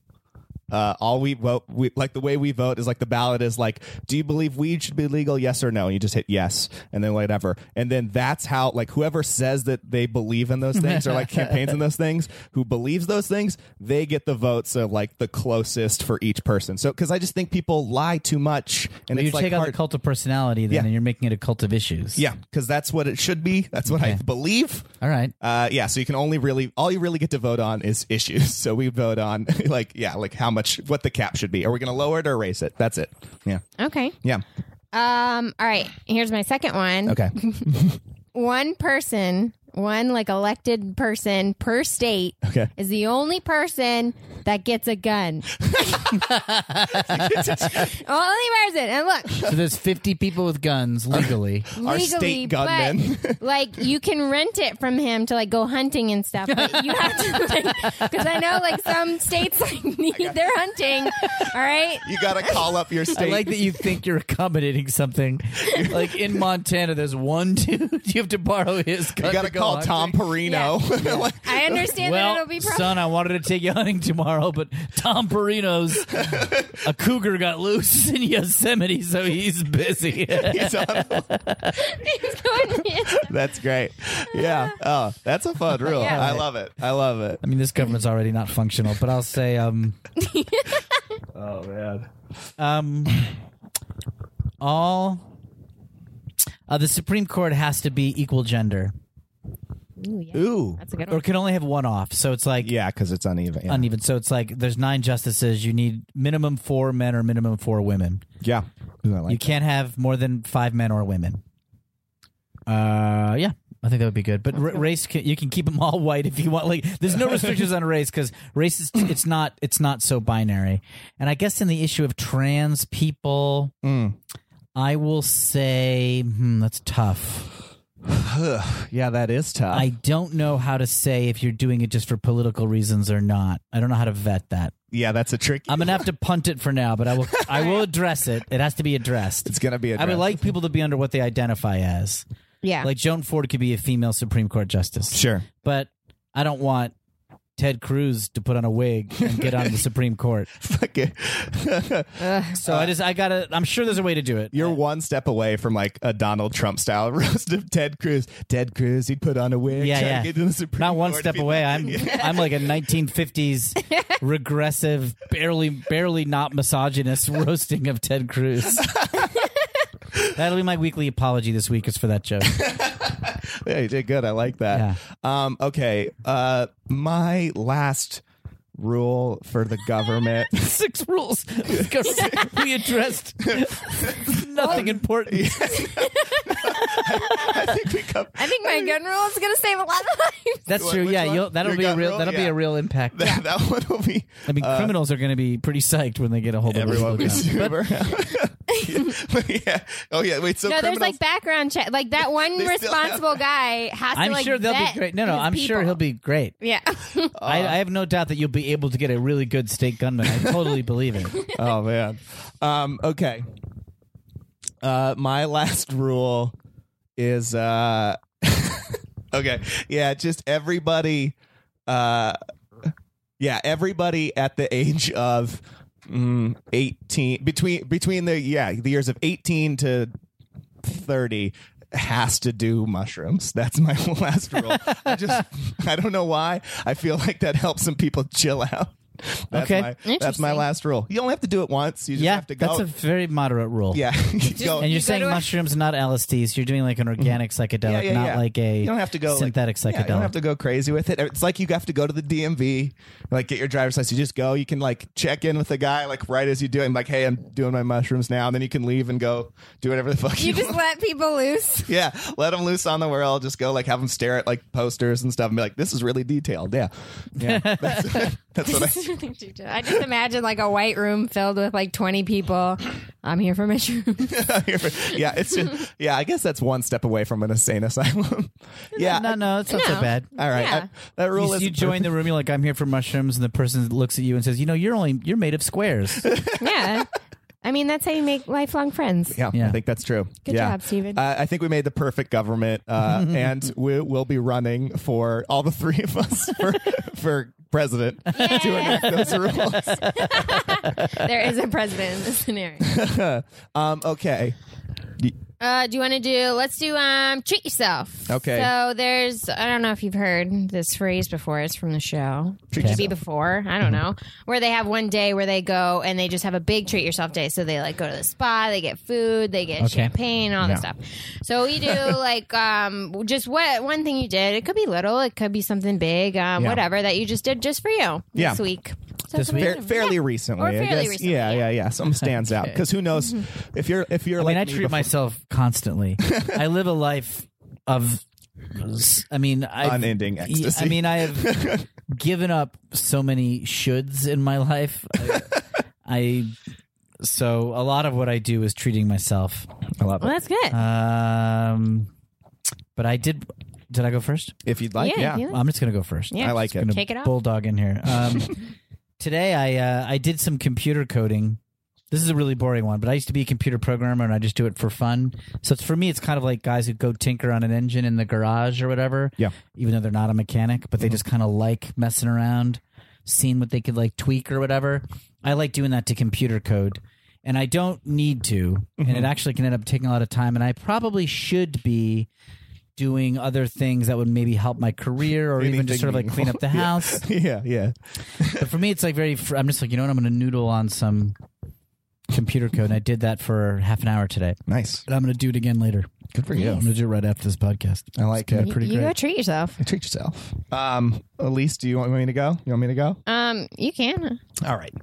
Speaker 4: Uh, all we vote, we, like the way we vote is like the ballot is like, do you believe weed should be legal? Yes or no? And you just hit yes, and then whatever. And then that's how, like, whoever says that they believe in those things or like campaigns in those things, who believes those things, they get the votes of like the closest for each person. So, because I just think people lie too much, and
Speaker 6: you
Speaker 4: it's like
Speaker 6: take out
Speaker 4: hard.
Speaker 6: the cult of personality, then,
Speaker 4: Yeah.
Speaker 6: and you're making it a cult of issues.
Speaker 4: Yeah, because that's what it should be. That's what I believe.
Speaker 6: All right.
Speaker 4: Uh, yeah, so you can only really all you really get to vote on is issues. (laughs) So we vote on like yeah, like how much what the cap should be. Are we going to lower it or raise it? That's it. Yeah,
Speaker 5: Okay.
Speaker 4: yeah.
Speaker 5: Um. All right. Here's my second one.
Speaker 4: Okay.
Speaker 5: One person one like elected person per state
Speaker 4: (laughs) Okay.
Speaker 5: is the only person that gets a gun. (laughs) only person. And look,
Speaker 6: So there's 50 people with
Speaker 4: (laughs)
Speaker 6: guns legally.
Speaker 4: Our
Speaker 5: legally,
Speaker 4: state
Speaker 5: but
Speaker 4: gunmen.
Speaker 5: like you can rent it from him to like go hunting and stuff.
Speaker 6: (laughs)
Speaker 5: But you have to because I know like some states like need their hunting. All right,
Speaker 4: (laughs) you got to call up your
Speaker 6: I
Speaker 4: state.
Speaker 6: like that you think you're accommodating (laughs) something. Like in Montana, there's one dude (laughs) you have to borrow his gun.
Speaker 4: you got to
Speaker 6: to go
Speaker 4: call
Speaker 6: hunting.
Speaker 4: Tom Perino. (laughs) Like,
Speaker 5: I understand that
Speaker 6: Well,
Speaker 5: it'll be probably.
Speaker 6: son, I wanted to take you hunting tomorrow, but Tom (laughs) Perino's a cougar got loose (laughs) in Yosemite, so he's busy.
Speaker 4: he's on-
Speaker 5: (laughs)
Speaker 6: (laughs)
Speaker 4: that's great. Yeah. Oh, that's a fun rule. I love it. I love it.
Speaker 6: I mean, this government's already not functional, but I'll
Speaker 5: (laughs)
Speaker 6: say, um,
Speaker 4: Oh, man.
Speaker 6: um, all uh, the Supreme Court has to be equal gender,
Speaker 4: Ooh.
Speaker 5: That's a good
Speaker 6: or
Speaker 5: one.
Speaker 6: can only have one off. So it's like
Speaker 4: Yeah, because it's uneven. Yeah.
Speaker 6: uneven. So it's like there's nine justices. You need minimum four men or minimum four women.
Speaker 4: yeah. Ooh, I like
Speaker 6: you can't have more than five men or women. Uh, yeah, I think that would be good. But ra- race, can, you can keep them all white if you want. Like, there's no restrictions on race because race is it's not it's not so binary. And I guess in the issue of trans people, I will say hmm, that's tough.
Speaker 4: Yeah, that is tough.
Speaker 6: I don't know how to say if you're doing it just for political reasons or not. I don't know how to vet that.
Speaker 4: yeah, that's a tricky.
Speaker 6: I'm gonna have to punt it for now, but I will I will address it. It has to be addressed.
Speaker 4: it's gonna be. a
Speaker 6: I would
Speaker 4: dress.
Speaker 6: like people to be under what they identify as.
Speaker 5: Yeah,
Speaker 6: Like Joan Ford could be a female Supreme Court justice, (laughs)
Speaker 4: Sure.
Speaker 6: but I don't want Ted Cruz to put on a wig and get
Speaker 4: (laughs)
Speaker 6: on the Supreme Court.
Speaker 4: Fuck
Speaker 6: (laughs)
Speaker 4: it.
Speaker 6: So I just I gotta. I'm sure there's a way to do it.
Speaker 4: You're one step away from like a Donald Trump style (laughs) roast of Ted Cruz. Ted Cruz, he'd put on a wig.
Speaker 6: Yeah,
Speaker 4: try to
Speaker 6: yeah.
Speaker 4: get to the Supreme
Speaker 6: not one
Speaker 4: Court.
Speaker 6: step
Speaker 4: People-
Speaker 6: away. I'm I'm like a 1950s regressive, barely barely not misogynist roasting of Ted Cruz. That'll be my weekly apology this week. Is for that joke.
Speaker 4: (laughs) Yeah, you did good. I like that. Um, okay. Uh, my last rule for the government. (laughs)
Speaker 6: six rules. we addressed nothing important.
Speaker 4: I think we come.
Speaker 5: I think my gun rule is gonna save a lot of lives.
Speaker 6: That's
Speaker 4: What-
Speaker 6: true.
Speaker 4: which
Speaker 6: Yeah,
Speaker 4: one?
Speaker 6: you'll, that'll
Speaker 4: Your
Speaker 6: be a
Speaker 4: gut
Speaker 6: real.
Speaker 4: rule?
Speaker 6: That'll
Speaker 4: (laughs)
Speaker 6: be
Speaker 4: Yeah.
Speaker 6: a real impact. Uh,
Speaker 4: That, that one will be.
Speaker 6: I mean, criminals are going to be pretty psyched when they get a hold of
Speaker 4: Everyone
Speaker 6: this.
Speaker 4: was
Speaker 6: (laughs)
Speaker 4: super. (laughs) yeah. Oh yeah. Wait. So
Speaker 5: No, there's
Speaker 4: criminals.
Speaker 5: like background check. Like that
Speaker 4: (laughs)
Speaker 5: one
Speaker 4: They still have- (laughs)
Speaker 5: responsible guy has
Speaker 6: I'm
Speaker 5: to like.
Speaker 6: sure they'll be
Speaker 5: vet
Speaker 6: great. No, no,
Speaker 5: his
Speaker 6: I'm sure
Speaker 5: people.
Speaker 6: he'll be great. (laughs)
Speaker 5: Yeah, (laughs)
Speaker 4: Uh,
Speaker 6: I, I have no doubt that you'll be able to get a really good state
Speaker 4: (laughs)
Speaker 6: gunman. I totally believe it.
Speaker 4: oh man. Um, okay. Uh, my (laughs) last rule is uh, (laughs) okay. Yeah, just everybody. Uh, yeah, everybody at the age of mm, eighteen between between the yeah the years of eighteen to thirty has to do mushrooms. That's my (laughs) last rule. I
Speaker 6: (laughs)
Speaker 4: just I don't know why. I feel like that helps some people chill out. That's
Speaker 6: Okay.
Speaker 4: my, that's my
Speaker 5: Interesting.
Speaker 4: last rule. You only have to do it once. You just
Speaker 6: yeah,
Speaker 4: have to go.
Speaker 6: that's a very moderate rule.
Speaker 4: yeah, (laughs) you go-
Speaker 6: And you're
Speaker 5: You go
Speaker 6: saying
Speaker 5: to a-
Speaker 6: mushrooms, not LSDs. You're doing like an
Speaker 4: yeah,
Speaker 6: organic psychedelic,
Speaker 4: Mm-hmm. yeah,
Speaker 6: not
Speaker 4: yeah.
Speaker 6: like a
Speaker 4: you don't have to go like-
Speaker 6: synthetic
Speaker 4: yeah,
Speaker 6: psychedelic.
Speaker 4: you don't have to go crazy with it. It's like you have to go to the DMV, like get your driver's license. You just go. You can like check in with the guy like right as you do. it. I'm like, hey, I'm doing my mushrooms now, and then you can leave and go do whatever the fuck you,
Speaker 5: you just
Speaker 4: want.
Speaker 5: let
Speaker 4: (laughs)
Speaker 5: people loose.
Speaker 4: Yeah, let them loose on the world. Just go like have them stare at like posters and stuff, and be like, this is really detailed. Yeah, yeah. (laughs) That's, that's what I.
Speaker 5: I just imagine like a white room filled with like 20 people. I'm here for mushrooms.
Speaker 4: (laughs) yeah, it's just, yeah. I guess that's one step away from an insane asylum. yeah.
Speaker 6: no, no, it's not so
Speaker 5: No.
Speaker 6: bad.
Speaker 4: all right.
Speaker 5: Yeah.
Speaker 4: I- that rule
Speaker 6: You,
Speaker 4: is
Speaker 6: you join the room, you're like, I'm here for mushrooms, and the person looks at you and says, "You know, you're only you're made
Speaker 4: (laughs)
Speaker 6: of squares."
Speaker 5: (laughs) yeah. I mean, that's how you make lifelong friends.
Speaker 4: Yeah, I
Speaker 6: Yeah.
Speaker 4: think that's true.
Speaker 5: Good
Speaker 4: yeah.
Speaker 5: job, Steven.
Speaker 4: Uh, I think we made the perfect government,
Speaker 6: (laughs)
Speaker 4: uh, and we will be running for all the three of us (laughs) for, for president to enact those
Speaker 5: (laughs)
Speaker 4: rules.
Speaker 5: There is a president in this scenario.
Speaker 4: Um, okay,
Speaker 5: Uh, do you want to do, let's do um, treat yourself.
Speaker 4: Okay.
Speaker 5: So there's, I don't know if you've heard this phrase before. It's from the show.
Speaker 4: Treat
Speaker 5: Maybe
Speaker 4: yourself. Mm-hmm.
Speaker 5: before. I don't know. Where they have one day where they go and they just have a big treat yourself day. So they like go to the spa, they get food, they get
Speaker 6: Okay.
Speaker 5: champagne, all
Speaker 4: Yeah.
Speaker 5: this stuff. So
Speaker 4: (laughs)
Speaker 5: we do like um just what one thing you did. It could be little, it could be something big, um,
Speaker 4: Yeah.
Speaker 5: whatever that you just did just for you
Speaker 4: Yeah.
Speaker 5: this week. So
Speaker 6: This
Speaker 5: something
Speaker 6: week?
Speaker 5: you
Speaker 4: Fair,
Speaker 5: do.
Speaker 4: fairly
Speaker 5: Yeah.
Speaker 4: recently,
Speaker 5: Or fairly
Speaker 4: I guess.
Speaker 5: recently, Mm-hmm.
Speaker 4: yeah, yeah, yeah, Some stands out
Speaker 6: (laughs)
Speaker 4: because who knows if you're if you're
Speaker 6: I
Speaker 4: like
Speaker 6: mean, I
Speaker 4: me
Speaker 6: treat
Speaker 4: before-
Speaker 6: myself constantly. I live a life of I mean, I
Speaker 4: Unending ecstasy.
Speaker 6: I mean,
Speaker 4: (laughs)
Speaker 6: I have given up so many shoulds in my life. I, I so a lot of what I do is treating myself.
Speaker 4: I love
Speaker 5: Well,
Speaker 4: it.
Speaker 5: that's good.
Speaker 6: Um, but I did. Did I go first?
Speaker 4: If you'd like,
Speaker 5: Yeah,
Speaker 4: yeah.
Speaker 5: if you like.
Speaker 6: I'm just gonna go first.
Speaker 5: Yeah,
Speaker 4: I like it.
Speaker 6: Gonna
Speaker 5: Kick it off.
Speaker 6: Bulldog in here. Um, today I uh, I did some computer coding. This is a really boring one, but I used to be a computer programmer and I just do it for fun. So it's, for me, it's kind of like guys who go tinker on an engine in the garage or whatever.
Speaker 4: Yeah.
Speaker 6: Even though they're not a mechanic, but they
Speaker 4: Mm-hmm.
Speaker 6: just kind of like messing around, seeing what they could like tweak or whatever. I like doing that to computer code. And I don't need to. And
Speaker 4: Mm-hmm.
Speaker 6: it actually can end up taking a lot of time. And I probably should be doing other things that would maybe help my career or even
Speaker 4: Anything
Speaker 6: just sort of like clean up the
Speaker 4: meaningful.
Speaker 6: house
Speaker 4: (laughs) yeah, yeah.
Speaker 6: but for me, it's like very. fr- I'm just like you know what? I'm going to noodle on some computer code, and I did that for half an hour today.
Speaker 4: Nice.
Speaker 6: And I'm going to do it again later.
Speaker 4: Good for
Speaker 6: I'm
Speaker 4: you.
Speaker 6: going to do it right after this podcast.
Speaker 4: I like it.
Speaker 6: pretty
Speaker 5: you go
Speaker 6: great.
Speaker 5: treat yourself.
Speaker 4: Treat yourself. Um, Elise, do you want me to go? You want me to go?
Speaker 5: Um, you can.
Speaker 4: All right.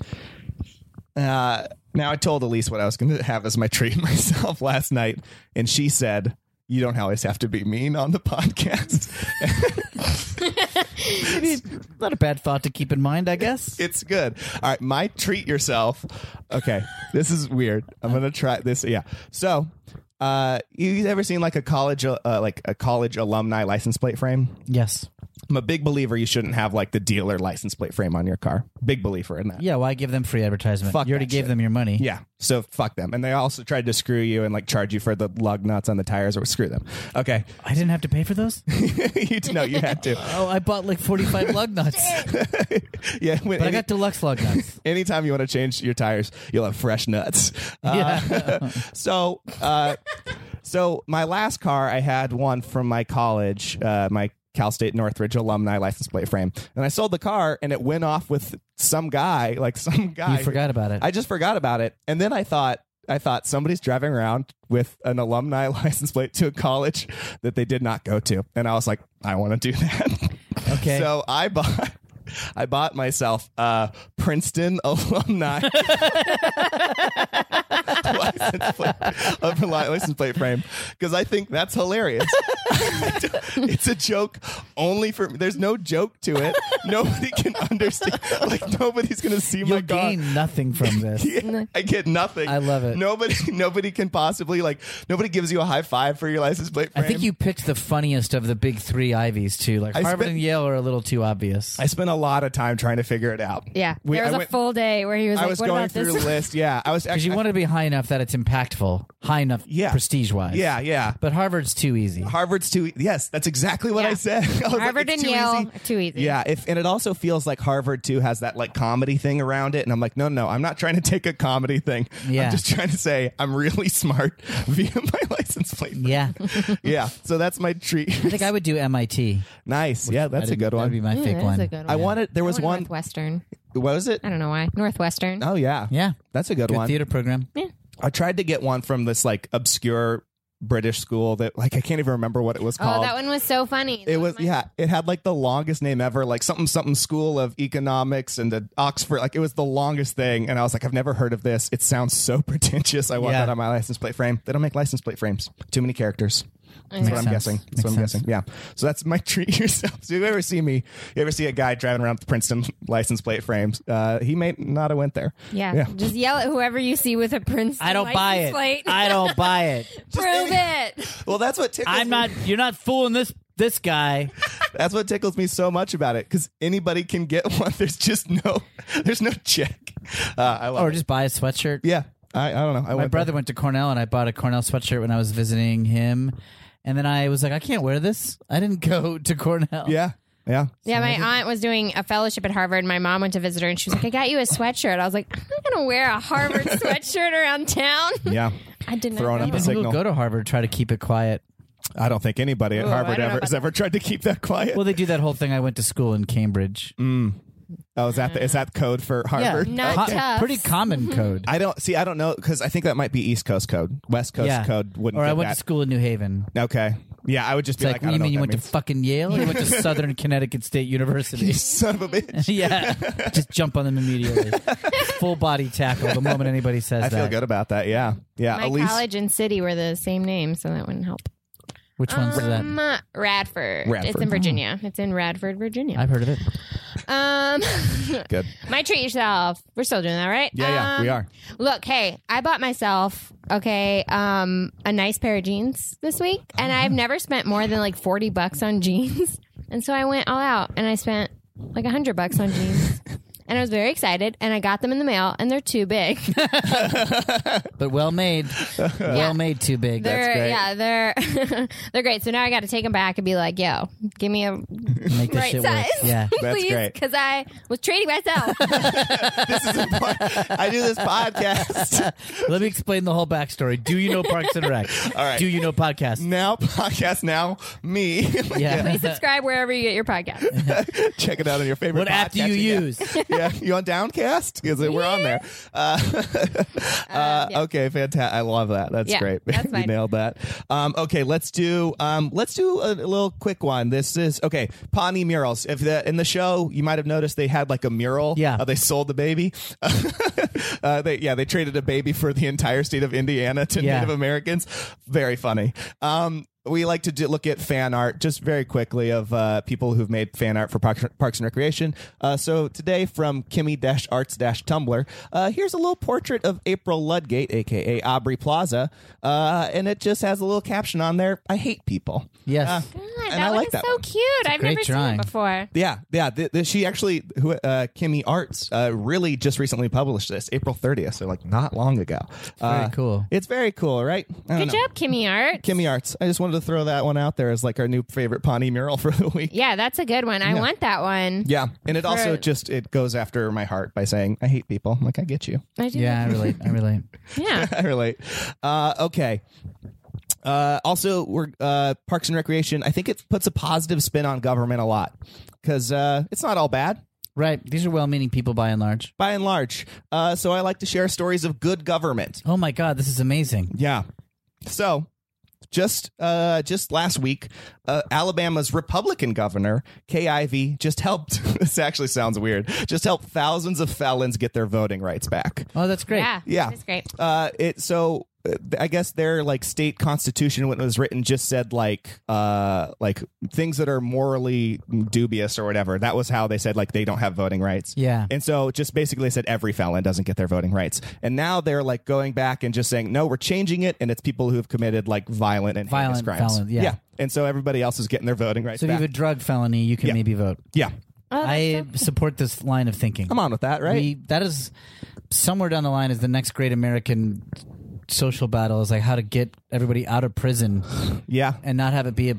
Speaker 4: Uh, now I told Elise what I was going to have as my treat (laughs) myself last night, and she said, "You don't always have to be mean on the (laughs) podcast.
Speaker 6: Not a bad thought to keep in mind, I guess.
Speaker 4: it's good." All right, my treat yourself. Okay, this is weird. I'm going to try this. Yeah. So, uh, you ever seen like a college, uh, like a college alumni license plate frame?
Speaker 6: Yes.
Speaker 4: I'm a big believer you shouldn't have like the dealer license plate frame on your car. Big believer in that.
Speaker 6: Yeah. Why give them free advertisement?
Speaker 4: Fuck
Speaker 6: you already
Speaker 4: that
Speaker 6: gave
Speaker 4: shit.
Speaker 6: them your money.
Speaker 4: Yeah. So fuck them. And they also tried to screw you and like charge you for the lug nuts on the tires or screw them. Okay. (laughs)
Speaker 6: I didn't have to pay for those.
Speaker 4: you know you had to. (laughs)
Speaker 6: oh, I bought like 45 lug nuts,
Speaker 4: yeah. When
Speaker 6: but I
Speaker 4: any-
Speaker 6: got deluxe lug nuts.
Speaker 4: anytime you want to change your tires, you'll have fresh
Speaker 6: (laughs)
Speaker 4: nuts. Uh, (laughs) so, uh, so my last car, I had one from my college, uh, my Cal State Northridge alumni license plate frame, and I sold the car, and it went off with some guy, like some guy.
Speaker 6: You forgot about it.
Speaker 4: I just forgot about it. And then I thought, I thought somebody's driving around with an alumni (laughs) license plate to a college that they did not go to. And I was like, I want to do that.
Speaker 6: okay.
Speaker 4: So I bought. I bought myself a Princeton (laughs) alumni license plate, a license plate frame because I think that's hilarious. (laughs) it's a joke only for There's no joke to it. Nobody can (laughs) understand. Like nobody's gonna see
Speaker 6: You'll
Speaker 4: my car.
Speaker 6: gain
Speaker 4: (laughs)
Speaker 6: nothing from this.
Speaker 4: Yeah, I get nothing.
Speaker 6: I love it.
Speaker 4: Nobody, (laughs) nobody can possibly like. Nobody gives you a high five for your license plate.
Speaker 6: I
Speaker 4: Frame.
Speaker 6: think you picked the funniest of the big three Ivies too. Like
Speaker 4: I
Speaker 6: Harvard
Speaker 4: spent-
Speaker 6: and Yale are a little too obvious.
Speaker 4: I spent a lot of time trying to figure it out.
Speaker 5: Yeah,
Speaker 4: We-
Speaker 5: there was
Speaker 4: I
Speaker 5: a
Speaker 4: went-
Speaker 5: full day where he was
Speaker 4: I
Speaker 5: like,
Speaker 4: was
Speaker 5: "What
Speaker 4: going
Speaker 5: about
Speaker 4: through
Speaker 5: this?"
Speaker 4: a list. Yeah,
Speaker 6: (laughs)
Speaker 4: I was
Speaker 6: Because you
Speaker 4: actually.
Speaker 6: want to be high enough that it's impactful, high enough
Speaker 4: Yeah.
Speaker 6: prestige
Speaker 4: (laughs)
Speaker 6: wise.
Speaker 4: yeah, yeah.
Speaker 6: But Harvard's too easy.
Speaker 4: Harvard's too. Yes, that's exactly what
Speaker 5: Yeah.
Speaker 4: I said. (laughs) I was like,
Speaker 5: (laughs) Harvard
Speaker 4: it's
Speaker 5: and
Speaker 4: too
Speaker 5: Yale
Speaker 4: easy.
Speaker 5: are too easy.
Speaker 4: Yeah, if and it also feels like Harvard too has that like comedy thing around it, and I'm like, no, no, I'm not trying to take a comedy thing.
Speaker 6: Yeah.
Speaker 4: I'm just trying to say I'm really (laughs) smart via my license plate. frame.
Speaker 6: Yeah.
Speaker 4: yeah. So that's my
Speaker 6: (laughs)
Speaker 4: treat.
Speaker 6: I think I would do MIT.
Speaker 4: nice. Yeah, that's a
Speaker 6: That'd-
Speaker 4: good
Speaker 6: That'd be
Speaker 4: one.
Speaker 6: my
Speaker 5: Ooh,
Speaker 6: fake
Speaker 5: that's
Speaker 6: one.
Speaker 5: a good
Speaker 4: I
Speaker 5: one.
Speaker 4: wanted. There was
Speaker 5: I want
Speaker 4: one.
Speaker 5: Northwestern.
Speaker 4: Was it?
Speaker 5: I don't know why Northwestern.
Speaker 4: Oh yeah,
Speaker 6: Yeah.
Speaker 4: that's a good,
Speaker 6: Good
Speaker 4: one.
Speaker 6: theater program.
Speaker 4: I tried to get one from this like obscure British school that like I can't even remember what it was called.
Speaker 5: Oh, that one was so funny.
Speaker 4: It was yeah. It had like the longest name ever, like something something school of economics and the Oxford. Like it was the longest thing, and I was like, I've never heard of this. It sounds so (laughs) pretentious. I want
Speaker 6: Yeah.
Speaker 4: that on my license plate frame. They don't make license plate frames. Too many characters. That's what I'm
Speaker 6: Makes sense.
Speaker 4: guessing. That's what I'm
Speaker 6: Makes
Speaker 4: guessing. Yeah. So that's my (laughs) treat yourself. So you ever see me? You ever see a guy driving around with Princeton license plate frames? Uh, he may not have went there.
Speaker 5: yeah.
Speaker 4: Yeah.
Speaker 5: Just yell at whoever you see with a prince.
Speaker 6: I don't buy it.
Speaker 5: Plate.
Speaker 6: I
Speaker 5: (laughs)
Speaker 6: don't buy it.
Speaker 5: Prove it.
Speaker 4: Well, that's what tickles
Speaker 6: I'm
Speaker 4: me.
Speaker 6: not. You're not fooling this this guy.
Speaker 4: (laughs) That's what tickles me so much about it because anybody can get (laughs) one. There's just no, there's no check. Uh, I love
Speaker 6: Or
Speaker 4: it.
Speaker 6: just buy a sweatshirt.
Speaker 4: yeah. I, I don't know. I
Speaker 6: My brother went to Cornell, and I bought a Cornell sweatshirt when I was visiting him. And then I was like, I can't wear this. I didn't go (laughs) to Cornell.
Speaker 4: Yeah. Yeah.
Speaker 5: Yeah, my aunt was doing a fellowship at Harvard. My mom went to visit her, and she was like, "I got you a sweatshirt." I was like, "I'm not gonna wear
Speaker 4: (laughs)
Speaker 5: a Harvard sweatshirt around town."
Speaker 4: Yeah.
Speaker 5: I did not.
Speaker 4: Throwing
Speaker 5: know.
Speaker 4: up a
Speaker 6: People who
Speaker 4: signal.
Speaker 6: go to Harvard try to keep it quiet.
Speaker 4: I don't think anybody at
Speaker 5: Ooh, I
Speaker 4: Harvard
Speaker 5: don't know
Speaker 4: ever
Speaker 5: about
Speaker 4: has ever tried to keep that quiet.
Speaker 6: Well, they do that whole thing. I went to school in Cambridge.
Speaker 4: oh, is that the, is that code for Mm. Harvard?
Speaker 6: Yeah,
Speaker 5: Not
Speaker 6: Co-
Speaker 5: Tufts.
Speaker 6: pretty common
Speaker 5: (laughs)
Speaker 6: code.
Speaker 4: I don't see. I don't know because I think that might be East Coast code. West Coast
Speaker 6: yeah,
Speaker 4: code wouldn't.
Speaker 6: Or
Speaker 4: get
Speaker 6: I went
Speaker 4: that.
Speaker 6: to school in New Haven.
Speaker 4: Okay. Yeah, I would just
Speaker 6: It's
Speaker 4: be
Speaker 6: like,
Speaker 4: like,
Speaker 6: what
Speaker 4: I
Speaker 6: do you
Speaker 4: don't
Speaker 6: mean you
Speaker 4: know what that
Speaker 6: went to fucking Yale? You
Speaker 4: (laughs)
Speaker 6: went to Southern Connecticut State University.
Speaker 4: means. (laughs) Son
Speaker 6: (laughs)
Speaker 4: of a bitch.
Speaker 6: yeah, just jump on
Speaker 4: (laughs)
Speaker 6: them immediately. Full body tackle the moment anybody says
Speaker 4: I
Speaker 6: that.
Speaker 4: feel good about that. Yeah. Yeah.
Speaker 5: My
Speaker 4: Elise.
Speaker 5: college and city were the same name, so that wouldn't help.
Speaker 6: Which one's
Speaker 5: Um,
Speaker 6: that?
Speaker 5: Radford. It's
Speaker 4: Radford.
Speaker 5: in Virginia. It's in Radford, Virginia.
Speaker 6: I've heard of it.
Speaker 5: Um, (laughs)
Speaker 4: Good.
Speaker 5: my treat yourself. We're still doing that, right?
Speaker 4: Yeah, yeah,
Speaker 5: Um,
Speaker 4: we are.
Speaker 5: Look, hey, I bought myself okay um a nice pair of jeans this week,
Speaker 4: Uh-huh.
Speaker 5: and I've never spent more than like forty bucks on jeans, (laughs) and so I went all out and I spent like a hundred bucks
Speaker 4: (laughs)
Speaker 5: on jeans. And I was very excited, and I got them in the mail, and they're too big.
Speaker 6: But
Speaker 4: (laughs)
Speaker 6: well made. Well made, too big.
Speaker 5: They're
Speaker 4: great.
Speaker 5: yeah, they're (laughs) they're great. So now I got to take them back and be like, "Yo, give me a (laughs)
Speaker 6: Make this
Speaker 5: right
Speaker 6: shit
Speaker 5: size, (laughs)
Speaker 6: work. Yeah.
Speaker 4: That's great.
Speaker 5: because I was
Speaker 4: (laughs)
Speaker 5: treating myself."
Speaker 4: this is important. I do
Speaker 6: (laughs)
Speaker 4: this podcast. (laughs)
Speaker 6: Let me explain the whole backstory. Do you know Parks and Rec? All
Speaker 4: right.
Speaker 6: Do you know podcasts?
Speaker 4: now, podcast now, me. (laughs)
Speaker 6: Yeah.
Speaker 5: Subscribe wherever you get your podcast.
Speaker 4: Check it out on your favorite
Speaker 6: What app do you
Speaker 4: podcasting
Speaker 6: use?
Speaker 4: app. (laughs) yeah, you on Downcast? Because we're on there. Uh, (laughs) uh, Okay, fantastic. I love that. That's
Speaker 5: Yeah,
Speaker 4: great. (laughs)
Speaker 5: that's
Speaker 4: you
Speaker 5: fine.
Speaker 4: nailed that. Um, okay, let's do um, let's do a, little quick one. This is okay. Pawnee murals. If the in the show, you might have noticed they had like a mural.
Speaker 6: Yeah.
Speaker 4: Uh, they sold the baby. (laughs) uh, they, yeah, they traded a baby for the entire state of Indiana to
Speaker 6: Yeah.
Speaker 4: Native Americans. Very funny. Um, we like to do, look at fan art just very quickly of uh, people who've made fan art for Parks, Parks and Recreation. Uh, so today from Kimmy-Arts-Tumblr, uh, here's a little portrait of April Ludgate, aka Aubrey Plaza, uh, and it just has a little caption on there: "I hate people."
Speaker 6: Yes.
Speaker 5: God,
Speaker 4: And
Speaker 5: that
Speaker 4: I
Speaker 5: one
Speaker 4: like
Speaker 5: is
Speaker 4: that
Speaker 5: so
Speaker 4: one.
Speaker 5: cute. I've
Speaker 6: great
Speaker 5: never
Speaker 6: drawing.
Speaker 5: seen it before.
Speaker 4: Yeah, yeah. Th- th- she actually, who, uh, Kimmy Arts, uh, really just recently published this, April 30th, so like not long ago.
Speaker 6: Very
Speaker 4: Uh,
Speaker 6: cool.
Speaker 4: It's very cool, right? I don't
Speaker 5: Good
Speaker 4: know.
Speaker 5: job, Kimmy Art.
Speaker 4: Kimmy Arts. I just wanted to throw that one out there as like our new favorite Pawnee mural (laughs) for the week.
Speaker 5: yeah, that's a good one. I want that one.
Speaker 4: Yeah, and it also
Speaker 5: Right.
Speaker 4: just it goes after my heart by saying I hate people. I'm like I get you. (laughs)
Speaker 5: I do
Speaker 6: Yeah, I relate. I relate.
Speaker 5: Yeah.
Speaker 4: I relate. Uh, okay. Uh, also, we're uh, Parks and Recreation. I think it puts a positive spin on government a lot because uh, it's not all bad.
Speaker 6: Right. These are well meaning people by and large.
Speaker 4: by and large. Uh, so I like to share stories of good government.
Speaker 6: Oh my God, this is amazing.
Speaker 4: Yeah. So just uh, just last week, uh, Alabama's Republican governor Kay Ivey just helped. (laughs) this actually sounds weird. Just helped thousands of felons get their voting rights back.
Speaker 6: Oh, that's great.
Speaker 5: Yeah.
Speaker 4: Yeah.
Speaker 5: That's great.
Speaker 4: Uh, it so uh, I guess their like state constitution when it was written just said like uh like things that are morally dubious or whatever. That was how they said like they don't have voting rights.
Speaker 6: Yeah.
Speaker 4: And so just basically said every felon doesn't get their voting rights. And now they're like going back and just saying, no, we're changing it. And it's people who have committed like violent and heinous
Speaker 6: Violent
Speaker 4: crimes.
Speaker 6: felon, yeah.
Speaker 4: And so everybody else is getting their voting rights
Speaker 6: So if you
Speaker 4: back.
Speaker 6: have a drug felony, you can
Speaker 4: Yeah.
Speaker 6: maybe vote.
Speaker 4: yeah.
Speaker 5: Oh,
Speaker 6: I support this line of thinking.
Speaker 4: I'm on with that, right?
Speaker 6: We, that is somewhere down the line is the next great American social battle is like how to get everybody out of prison
Speaker 4: yeah.
Speaker 6: and not have it be a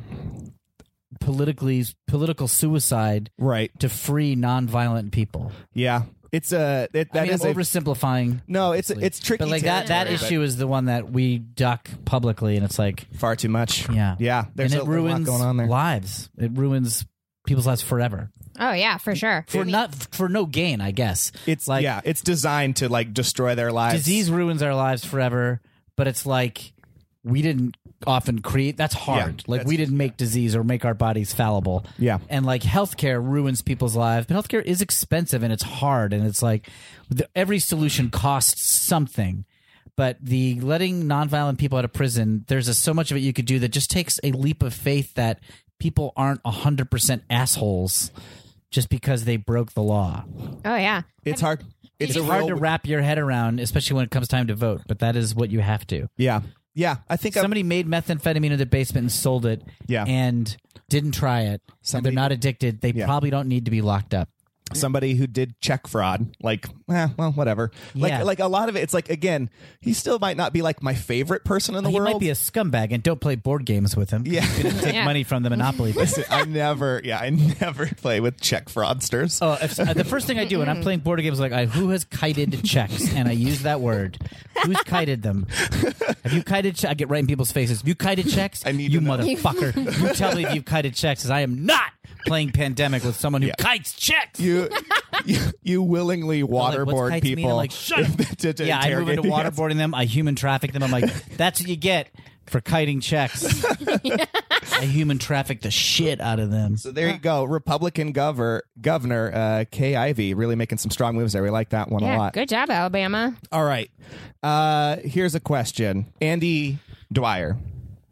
Speaker 6: politically political suicide
Speaker 4: Right.
Speaker 6: to free nonviolent people.
Speaker 4: Yeah. It's a, it,
Speaker 6: I
Speaker 4: that
Speaker 6: mean,
Speaker 4: is
Speaker 6: I'm
Speaker 4: a,
Speaker 6: oversimplifying.
Speaker 4: no, it's, it's tricky.
Speaker 6: But like that, that
Speaker 4: territory, but
Speaker 6: issue is the one that we duck publicly, and it's like,
Speaker 4: Far too much.
Speaker 6: yeah,
Speaker 4: Yeah. There's
Speaker 6: and
Speaker 4: a
Speaker 6: it ruins
Speaker 4: lot going on there.
Speaker 6: lives. It ruins people's lives forever
Speaker 5: Oh yeah, for sure.
Speaker 6: for not for no gain, I guess.
Speaker 4: It's
Speaker 6: like
Speaker 4: like, yeah, it's designed to like destroy their lives.
Speaker 6: disease ruins our lives forever, but it's like we didn't often create that's hard.
Speaker 4: Yeah,
Speaker 6: like
Speaker 4: that's-
Speaker 6: we didn't make disease or make our bodies fallible.
Speaker 4: Yeah.
Speaker 6: And like healthcare ruins people's lives, but healthcare is expensive and it's hard and it's like the, every solution costs something. But the letting nonviolent people out of prison, there's a, so much of it you could do that just takes a leap of faith that people aren't 100% assholes just because they broke the law
Speaker 5: Oh yeah.
Speaker 4: It's hard. It's,
Speaker 6: it's,
Speaker 4: a
Speaker 6: hard
Speaker 4: real,
Speaker 6: to wrap your head around, especially when it comes time to vote. But that is what you have to.
Speaker 4: Yeah. Yeah. I think I'm-
Speaker 6: Somebody made methamphetamine in the basement and sold it.
Speaker 4: Yeah.
Speaker 6: and didn't try it.
Speaker 4: Somebody-
Speaker 6: and they're not addicted. They
Speaker 4: Yeah.
Speaker 6: probably don't need to be locked up.
Speaker 4: somebody who did check fraud like eh, well whatever like
Speaker 6: Yeah.
Speaker 4: like a lot of it it's like again he still might not be like my favorite person in the
Speaker 6: He
Speaker 4: world (laughs)
Speaker 6: might be a scumbag, and don't play board games with him.
Speaker 4: Yeah.
Speaker 6: You're gonna take
Speaker 5: Yeah.
Speaker 6: money from
Speaker 4: (laughs)
Speaker 6: the monopoly. business.
Speaker 4: i never yeah i never (laughs) play with check fraudsters
Speaker 6: Oh, if, uh, the first thing I do when I'm playing board games, like, I, who has kited checks? And I use that word. Who's kited them? Have you kited? Che- I get right in people's faces. Have you kited checks?
Speaker 4: I need
Speaker 6: you,
Speaker 4: to know.
Speaker 6: motherfucker. you tell me if you've kited checks, because I am not playing pandemic with someone who kites checks.
Speaker 4: you, (laughs) you you willingly
Speaker 6: I'm like,
Speaker 4: waterboard
Speaker 6: "What's kites mean?" I'm
Speaker 4: people
Speaker 6: like, shut up.
Speaker 4: (laughs) to- to
Speaker 6: yeah, I move into
Speaker 4: interrogate (laughs) the answer.
Speaker 6: waterboarding them. I human traffic them. I'm like, that's what you get for kiting checks. I human traffic the shit out of them.
Speaker 4: So there you go, Republican governor, governor uh, Kay Ivey, really making some strong moves there. We like that one a
Speaker 5: Yeah.
Speaker 4: lot.
Speaker 5: Good job, Alabama.
Speaker 4: All right, uh, here's a question, Andy Dwyer.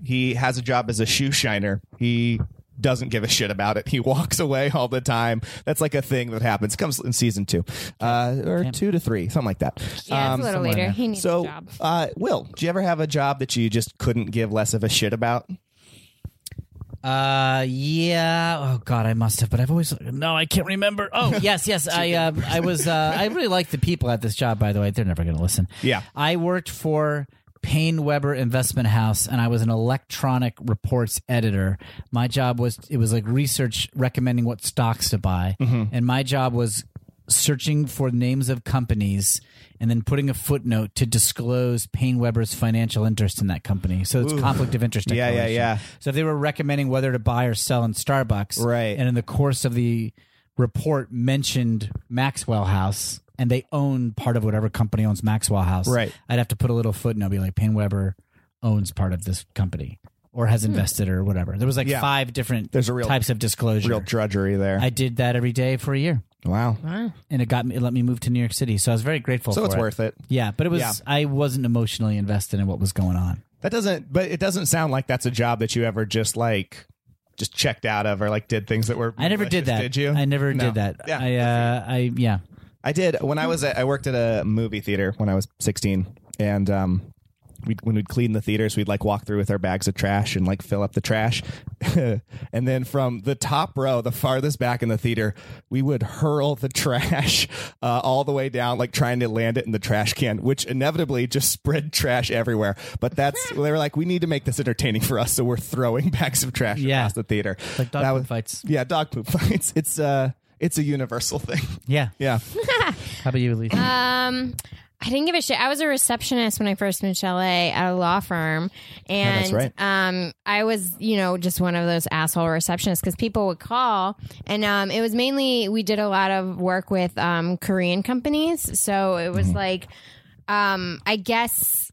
Speaker 4: He has a job as a shoe shiner. He doesn't give a shit about it. He (laughs) walks away all the time. That's like a thing that happens. Comes in season two, uh, or two to three, something like that.
Speaker 5: Yeah,
Speaker 4: Um,
Speaker 5: it's a little later. He needs a
Speaker 4: so,
Speaker 5: job.
Speaker 4: uh, Will, do you ever have a job that you just couldn't give less of a shit about?
Speaker 6: Uh, yeah. Oh God, I must have, but I've always no, I can't remember.
Speaker 4: (laughs)
Speaker 6: Oh yes, yes. I um, I was. Uh, I really like the people at this job. By the way, they're never going to listen.
Speaker 4: Yeah.
Speaker 6: I worked for Payne Weber Investment House, and I was an electronic reports editor. My job was it was like research recommending what stocks to buy,
Speaker 4: Mm-hmm.
Speaker 6: and my job was searching for names of companies and then putting a footnote to disclose Payne Weber's financial interest in that company. So it's conflict of interest.
Speaker 4: Yeah, yeah,
Speaker 6: declaration.
Speaker 4: yeah.
Speaker 6: So if they were recommending whether to buy or sell in Starbucks,
Speaker 4: Right.
Speaker 6: And in the course of the report, mentioned Maxwell House, and they own part of whatever company owns Maxwell House,
Speaker 4: Right.
Speaker 6: I'd have to put a little footnote, be like, Payne Weber owns part of this company or has invested or whatever. There was like
Speaker 4: Yeah.
Speaker 6: five different
Speaker 4: There's a real-
Speaker 6: types of disclosure.
Speaker 4: Real drudgery there.
Speaker 6: I did that every day for a year,
Speaker 4: wow.
Speaker 6: and it got me, it let me move to New York City. So I was very grateful.
Speaker 4: So
Speaker 6: for
Speaker 4: it's
Speaker 6: it.
Speaker 4: worth it.
Speaker 6: Yeah, but it was
Speaker 4: Yeah.
Speaker 6: I wasn't emotionally invested in what was going on.
Speaker 4: That doesn't, but it doesn't sound like that's a job that you ever just like just checked out of or like did things that were.
Speaker 6: I never did that.
Speaker 4: malicious, Did you?
Speaker 6: I never
Speaker 4: No.
Speaker 6: did that.
Speaker 4: Yeah.
Speaker 6: I uh, I yeah.
Speaker 4: I did when
Speaker 6: Hmm.
Speaker 4: I was at, I worked at a movie theater when I was 16 and um we when we'd clean the theaters we'd like walk through with our bags of trash and like fill up the trash (laughs) and then from the top row the farthest back in the theater we would hurl the trash (laughs) uh, all the way down like trying to land it in the trash can which inevitably just spread trash everywhere but
Speaker 6: (laughs)
Speaker 4: that's they were like we need to make this entertaining for us so we're throwing (laughs) bags of trash
Speaker 6: Yeah.
Speaker 4: across the theater
Speaker 6: Like dog
Speaker 4: That
Speaker 6: poop
Speaker 4: was-
Speaker 6: fights.
Speaker 4: yeah dog poop (laughs) fights it's uh it's a universal thing (laughs)
Speaker 6: Yeah.
Speaker 4: yeah
Speaker 6: How about you, Elise?
Speaker 5: Um, I didn't give a shit. I was a receptionist when I first moved to LA at a law firm, and
Speaker 4: that's right.
Speaker 5: um, I was you know just one of those asshole receptionists because people would call, and um, it was mainly we did a lot of work with um Korean companies, so it
Speaker 4: Mm.
Speaker 5: was like, um, I guess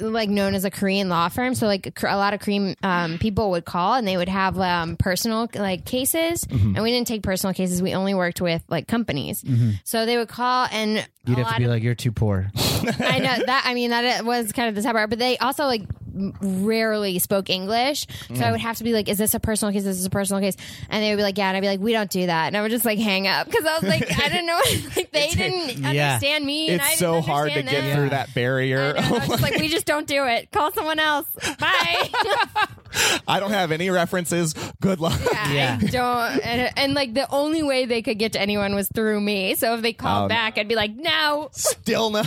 Speaker 5: like known as a Korean law firm. So like a lot of Korean um, people would call and they would have um, personal like cases,
Speaker 4: Mm-hmm.
Speaker 5: and we didn't take personal cases. We only worked with like companies. So they would call and a
Speaker 6: You'd have
Speaker 5: lot
Speaker 6: to be
Speaker 5: of,
Speaker 6: like, you're too poor.
Speaker 5: I know that. I mean, that was kind of the sidebar, but they also like rarely spoke English, so
Speaker 4: Mm.
Speaker 5: I would have to be like, "Is this a personal case? Is this a personal case?" And they would be like, "Yeah," and I'd be like, "We don't do that," and I would just like hang up because I was like, I didn't know, like they didn't
Speaker 6: yeah.
Speaker 5: understand me. and I
Speaker 4: it's
Speaker 5: didn't
Speaker 4: so hard to
Speaker 5: understand
Speaker 4: get
Speaker 5: them.
Speaker 4: through that barrier.
Speaker 5: I know, and I was just like,
Speaker 4: (laughs)
Speaker 5: we just don't do it. Call someone else. Bye. (laughs)
Speaker 4: I don't have any references. Good luck.
Speaker 5: (laughs) I don't. And, and, like the only way they could get to anyone was through me. So if they
Speaker 4: Um,
Speaker 5: called back, I'd be like, no.
Speaker 4: (laughs) Still no.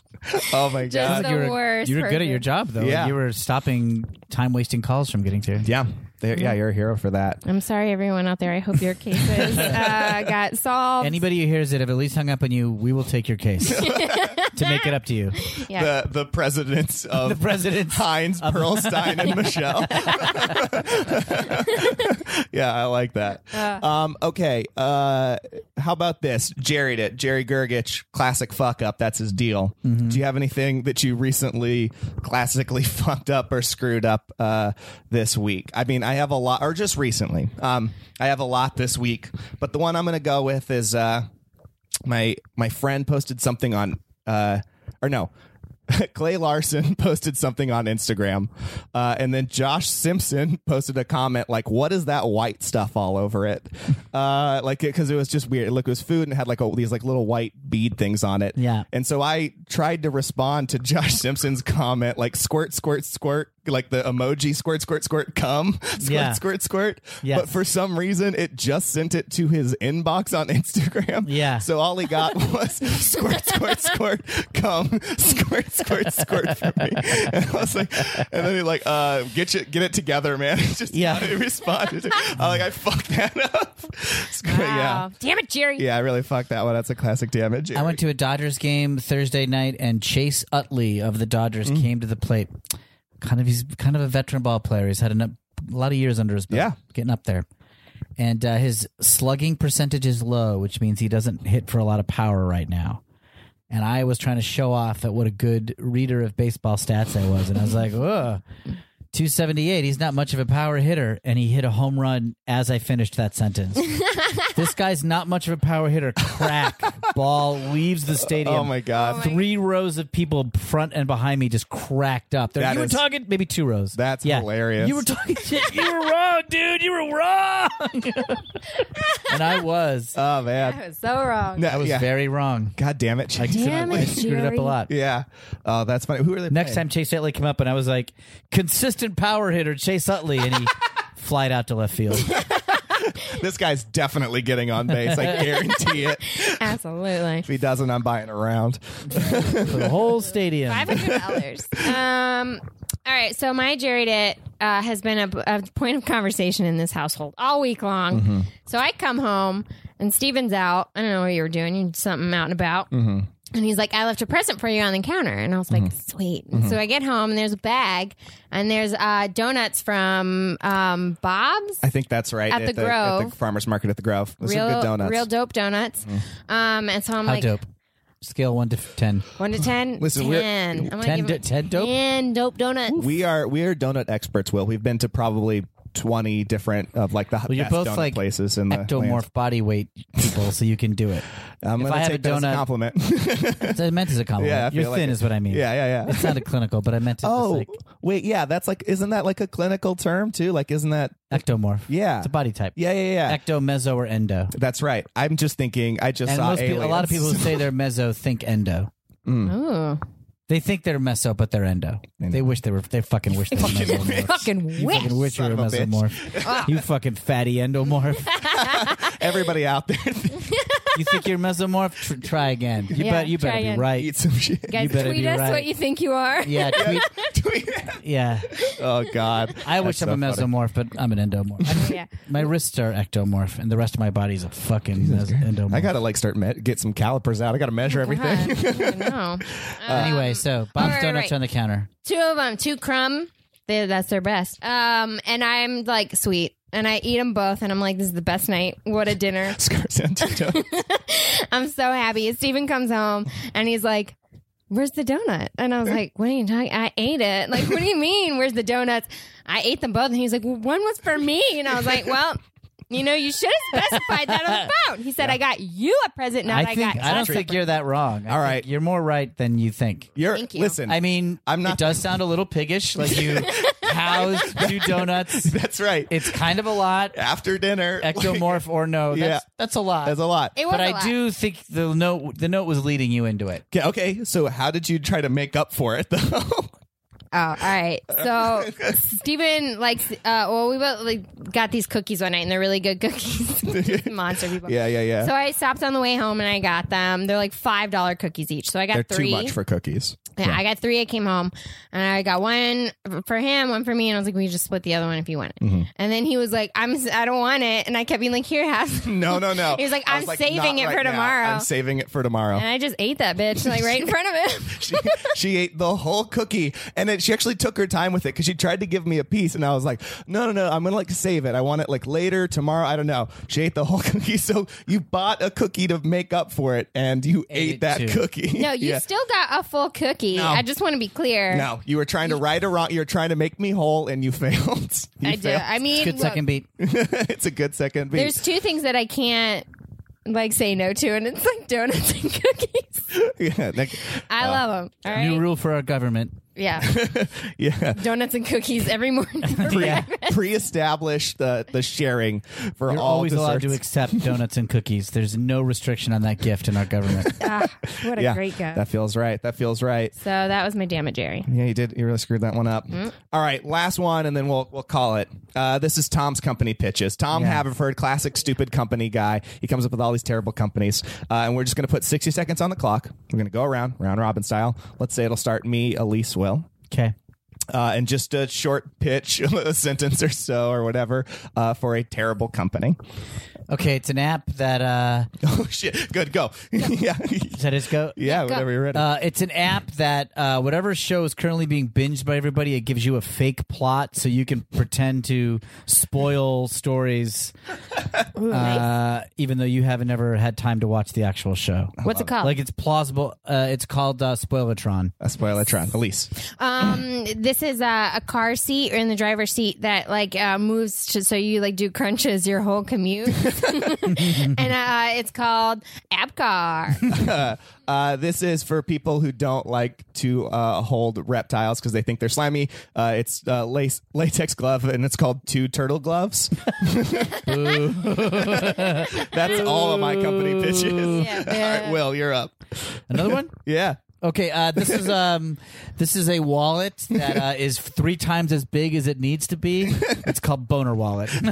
Speaker 4: (laughs) oh my
Speaker 5: Just
Speaker 4: god.
Speaker 5: the
Speaker 6: you were,
Speaker 5: worst.
Speaker 6: you were good at
Speaker 5: person.
Speaker 6: your job, though.
Speaker 4: Yeah.
Speaker 6: You were stopping time wasting calls from getting through.
Speaker 4: yeah. There-
Speaker 5: Mm-hmm.
Speaker 4: yeah, you're a hero for that.
Speaker 5: I'm sorry, everyone out there. I hope your
Speaker 4: (laughs)
Speaker 5: cases uh, got solved.
Speaker 6: Anybody who hears it, if at least hung up on you, we will take
Speaker 5: (laughs)
Speaker 6: your case to make it up to you.
Speaker 5: yeah.
Speaker 4: The the presidents of
Speaker 6: The president.
Speaker 4: Heinz, Pearlstein, and Michelle. (laughs) yeah, I like that. um, okay. Uh, how about this? Jerry it. Jerry Gergich, classic fuck up. That's his deal. Do you have anything that you recently classically (laughs) fucked up or screwed up uh, this week? I mean, I have a lot, or just recently. Um, I have a lot this week, but the one I'm going to go with is. Uh, my my friend posted something on uh or no (laughs) clay larson (laughs) posted something on instagram uh, and then josh simpson (laughs) posted a comment like what is that white stuff all over
Speaker 6: (laughs)
Speaker 4: it uh, like because it, was just weird look it was food and it had like a, these like little white bead things on it
Speaker 6: Yeah.
Speaker 4: and so i tried to respond to (laughs) josh simpson's comment like squirt squirt squirt like the emoji squirt squirt squirt come (laughs) squirt
Speaker 6: Yeah.
Speaker 4: squirt squirt
Speaker 6: Yes.
Speaker 4: but for some reason it just sent it to his inbox on (laughs) instagram
Speaker 6: Yeah.
Speaker 4: so all he got (laughs) was squirt, squirt, squirt, come, squirt, squirt, squirt for me. And I was like, and then he like, uh, get you, get it together, man. (laughs) It's just
Speaker 6: Yeah.
Speaker 4: how he responded. I like, I fucked that up. (laughs) Squirt,
Speaker 5: Wow.
Speaker 4: Yeah.
Speaker 5: Damn it, Jerry.
Speaker 4: Yeah, I really fucked that one. That's a classic damage.
Speaker 6: I went to a Dodgers game Thursday night, and Chase Utley of the Dodgers came to the plate. Kind of, he's kind of a veteran ball player. He's had an, up- a lot of years under his belt.
Speaker 4: Yeah.
Speaker 6: getting up there, and uh, his slugging percentage is low, which means he doesn't hit for a lot of power right now. And
Speaker 5: (laughs)
Speaker 6: I was trying to show off at what a good reader of baseball stats I was, and I was like, "Ugh, 278. He's not much of a power hitter, and he hit a home run as I finished
Speaker 5: (laughs)
Speaker 6: that sentence. this guy's not much of a power hitter. Crack
Speaker 5: (laughs)
Speaker 6: ball leaves the stadium.
Speaker 4: Oh my god.
Speaker 6: Three rows of people front and behind me just cracked up. There,
Speaker 4: That
Speaker 6: you
Speaker 4: is-
Speaker 6: were talking maybe two rows.
Speaker 4: That's hilarious.
Speaker 6: You were talking (laughs) shit. You were wrong, dude. You were wrong. (laughs) and I was.
Speaker 4: Oh man.
Speaker 5: That was so
Speaker 4: (laughs)
Speaker 5: wrong.
Speaker 4: No,
Speaker 6: I was
Speaker 4: yeah.
Speaker 6: very wrong.
Speaker 4: God damn it. Chase.
Speaker 5: Damn
Speaker 6: I
Speaker 5: it,
Speaker 6: screwed it up
Speaker 5: Jerry.
Speaker 6: a lot.
Speaker 4: yeah. Oh, that's funny. Who are they?
Speaker 6: Next
Speaker 4: playing?
Speaker 6: time Chase Utley came up and I was like, consistent power hitter Chase Utley, and he flied out to left field.
Speaker 4: this guy's definitely getting on base.
Speaker 6: (laughs)
Speaker 4: I guarantee it. If
Speaker 5: Absolutely.
Speaker 4: he doesn't, I'm buying around.
Speaker 6: For the whole stadium.
Speaker 5: Five hundred dollars. um. All right. So my Jerry it uh, has been a, a point of conversation in this household all week long.
Speaker 4: Mm-hmm.
Speaker 5: So I come home and Steven's out. I don't know what you were doing. You did something out and about.
Speaker 4: Mm-hmm.
Speaker 5: And he's like, I left a present for you on the counter. And I was like, sweet.
Speaker 4: Mm-hmm.
Speaker 5: And So I get home and there's a bag and there's uh, donuts from um, Bob's.
Speaker 4: I think that's right.
Speaker 5: At the
Speaker 4: at
Speaker 5: Grove.
Speaker 4: the farmers market at the Grove. Those
Speaker 5: real,
Speaker 4: are good donuts. Mm-hmm.
Speaker 5: real dope donuts. Um, and so I'm
Speaker 6: How
Speaker 5: like,
Speaker 6: dope. Scale one to f- ten.
Speaker 5: one to ten.
Speaker 4: Listen, we're-
Speaker 5: 10. I'm gonna
Speaker 6: 10
Speaker 5: give
Speaker 6: do-
Speaker 5: him
Speaker 6: 10 dope?
Speaker 5: Ten dope donuts.
Speaker 4: we are we are donut experts. Will we've been to probably twenty different of like the
Speaker 6: Well, you're
Speaker 4: best
Speaker 6: both
Speaker 4: donut
Speaker 6: like
Speaker 4: places in the
Speaker 6: ectomorph
Speaker 4: land.
Speaker 6: body weight people, so you can do it.
Speaker 4: I'm
Speaker 6: If
Speaker 4: gonna
Speaker 6: I had
Speaker 4: take
Speaker 6: a
Speaker 4: that as
Speaker 6: donut-
Speaker 4: a compliment. (laughs)
Speaker 6: So I meant as a compliment.
Speaker 4: yeah, I
Speaker 6: You're
Speaker 4: feel
Speaker 6: thin,
Speaker 4: like it.
Speaker 6: is what I mean.
Speaker 4: Yeah, yeah, yeah.
Speaker 6: It's not a clinical, but I meant it as
Speaker 4: (laughs) Oh
Speaker 6: like
Speaker 4: wait, yeah, that's like isn't that like a clinical term too? Like isn't that
Speaker 6: ectomorph.
Speaker 4: yeah.
Speaker 6: It's a body type.
Speaker 4: Yeah, yeah, yeah.
Speaker 6: Ecto, meso, or endo.
Speaker 4: that's right. I'm just thinking I just
Speaker 6: And
Speaker 4: saw
Speaker 6: most people, a lot of people who
Speaker 4: aliens.
Speaker 6: say they're meso think endo.
Speaker 5: Ooh.
Speaker 6: They think they're meso, but they're endo. They wish they were. They fucking wish they were mesomorphs.
Speaker 5: Fucking
Speaker 6: (laughs) You
Speaker 4: (laughs)
Speaker 6: fucking wish you were a
Speaker 4: Son of a bitch. (laughs)
Speaker 6: mesomorph. you fucking fatty endomorph.
Speaker 4: (laughs) everybody out there (laughs) thinks
Speaker 6: you think you're mesomorph? Tr- try again. You,
Speaker 5: Yeah,
Speaker 6: bet, you
Speaker 5: try
Speaker 6: better
Speaker 5: again.
Speaker 6: be right.
Speaker 4: eat some shit.
Speaker 5: Guys,
Speaker 6: better
Speaker 5: tweet
Speaker 6: be
Speaker 5: us
Speaker 6: right.
Speaker 5: what you think you
Speaker 4: (laughs)
Speaker 5: are. (laughs)
Speaker 6: (laughs) yeah, tweet, yeah.
Speaker 4: oh God,
Speaker 6: I wish
Speaker 4: That's
Speaker 6: I'm a
Speaker 4: so funny.
Speaker 6: mesomorph, but I'm an
Speaker 5: (laughs)
Speaker 6: endomorph.
Speaker 5: Yeah.
Speaker 6: my wrists are ectomorph, and the rest of my body's a fucking mes- endomorph.
Speaker 4: I gotta like start me- get some calipers out. I gotta
Speaker 5: Oh,
Speaker 4: measure everything. uh,
Speaker 5: no.
Speaker 6: anyway, so Bob's
Speaker 5: all right,
Speaker 6: donuts
Speaker 5: right.
Speaker 6: on the counter.
Speaker 5: Two of them, two crumb. They, that's their best. Um, and I'm like, sweet. And I eat them both, and I'm like, this is the best night. What a dinner.
Speaker 4: Scars and
Speaker 5: (laughs)
Speaker 4: tattoos.
Speaker 5: I'm so happy. Steven comes home, and he's like, Where's the donut? And I was like, What are you talking? I ate it. Like, what do you mean? Where's the donuts? I ate them both. And he's like, Well, one was for me. And I was like, Well, you know, you should have specified that
Speaker 4: (laughs)
Speaker 5: on the phone. He said, I got you a present, not I,
Speaker 6: I think
Speaker 5: got
Speaker 6: I don't
Speaker 5: us a
Speaker 6: think you're that wrong. I
Speaker 4: All
Speaker 6: think
Speaker 4: right.
Speaker 6: you're more right than you think.
Speaker 4: (laughs) You're
Speaker 5: Thank you.
Speaker 4: listen.
Speaker 6: I mean,
Speaker 4: I'm not-
Speaker 6: It does sound a little piggish, like
Speaker 4: (laughs)
Speaker 6: you housed two donuts.
Speaker 4: that's right.
Speaker 6: It's kind of a lot.
Speaker 4: After dinner, (laughs) like,
Speaker 6: Ectomorph or no? That's,
Speaker 4: Yeah.
Speaker 6: that's a lot.
Speaker 4: that's a lot.
Speaker 5: It was
Speaker 6: but
Speaker 5: a
Speaker 6: I
Speaker 5: lot.
Speaker 6: do think the note the note was leading you into it.
Speaker 4: Okay, okay, so how did you try to make up for it (laughs)
Speaker 5: (laughs)
Speaker 4: though?
Speaker 5: Oh, all right. So
Speaker 4: (laughs)
Speaker 5: Stephen likes. Uh, well, we both like, got these cookies one night, and they're really
Speaker 4: (laughs)
Speaker 5: good cookies. Monster people.
Speaker 4: yeah, yeah, yeah.
Speaker 5: So I stopped on the way home, and I got them. They're like five dollar cookies each. So I got
Speaker 4: They're
Speaker 5: three.
Speaker 4: too much for
Speaker 5: (laughs)
Speaker 4: cookies.
Speaker 5: yeah, I got three. I came home, and I got one for him, one for me, and I was like, "We just split the other one if you want it."
Speaker 4: Mm-hmm.
Speaker 5: And then he was like, "I'm. I don't want it," and I kept being like, "Here, have." (laughs) it."
Speaker 4: No, no, no.
Speaker 5: He was like,
Speaker 4: I
Speaker 5: "I'm saving
Speaker 4: not
Speaker 5: it for
Speaker 4: now.
Speaker 5: tomorrow."
Speaker 4: I'm saving it for tomorrow.
Speaker 5: And I just ate that bitch like right in front of him.
Speaker 4: (laughs) she, she ate the whole cookie and then she actually took her time with it because she tried to give me a piece and i was like no no no i'm gonna like save it i want it like later tomorrow i don't know she ate the whole (laughs) cookie so you bought a cookie to make up for it and you ate,
Speaker 6: it
Speaker 4: that
Speaker 6: too.
Speaker 4: cookie
Speaker 5: No, you
Speaker 4: (laughs) Yeah.
Speaker 5: still got a full cookie. I just want to be clear.
Speaker 4: no you were trying to right or wrong you were trying to make me whole and you (laughs) failed You
Speaker 5: I do.
Speaker 4: failed.
Speaker 5: I mean,
Speaker 6: Good
Speaker 5: look,
Speaker 6: second beat.
Speaker 4: (laughs) it's a good second beat
Speaker 5: There's two things that I can't like say no to, and it's like donuts and (laughs)
Speaker 4: (laughs)
Speaker 5: cookies.
Speaker 4: yeah, like-
Speaker 5: I love them. All right,
Speaker 6: New rule for our government.
Speaker 5: yeah, (laughs)
Speaker 4: yeah.
Speaker 5: donuts and cookies every morning.
Speaker 4: (laughs)
Speaker 5: (laughs)
Speaker 6: Yeah.
Speaker 4: pre-establish the the sharing for
Speaker 6: You're
Speaker 4: all
Speaker 6: always
Speaker 4: desserts.
Speaker 6: allowed to accept donuts and cookies. There's no restriction on that gift in
Speaker 5: (laughs)
Speaker 6: our government.
Speaker 5: Ah, what a
Speaker 4: yeah
Speaker 5: great guy.
Speaker 4: that feels right that feels right
Speaker 5: so that was my damn it, Jerry.
Speaker 4: Yeah, you did. You really screwed that one up.
Speaker 5: Mm-hmm.
Speaker 4: All right, last one, and then we'll we'll call it. Uh, this is Tom's company pitches. Tom Haverford, classic stupid company guy. He comes up with all these terrible companies, uh, and we're just going to put sixty seconds on the clock. We're going to go around, round robin style. Let's say it'll start me, Elise, will,
Speaker 6: Okay.
Speaker 4: uh, and just a short pitch, a sentence or so, or whatever, uh, for a terrible company. (laughs)
Speaker 6: Okay, it's an app that uh
Speaker 4: Oh shit! Good, go. (laughs) yeah,
Speaker 6: does that just go?
Speaker 4: yeah. Whenever you're ready.
Speaker 6: Uh, it's an app that uh, whatever show is currently being binged by everybody, it gives you a fake plot so you can pretend to spoil
Speaker 5: (laughs)
Speaker 6: stories, uh, even though you haven't ever had time to watch the actual show.
Speaker 5: What's it called?
Speaker 6: Like it's plausible. Uh, it's called uh, Spoilertron.
Speaker 4: a spoiler, Elise.
Speaker 5: um, this this is a, a car seat or in the driver's seat that like uh, moves to, so you like do crunches your whole commute. (laughs) and uh, it's called Abcar.
Speaker 4: Uh, this is for people who don't like to uh, hold reptiles because they think they're slimy. Uh, it's uh, lace, latex glove, and it's called two turtle gloves. (laughs) That's all of my company pitches.
Speaker 5: Yeah.
Speaker 4: (laughs) all right, Will, you're up.
Speaker 6: Another one?
Speaker 4: Yeah.
Speaker 6: Okay, uh, this is um, this is a wallet that uh, is three times as big as it needs to be. It's called Boner Wallet. (laughs)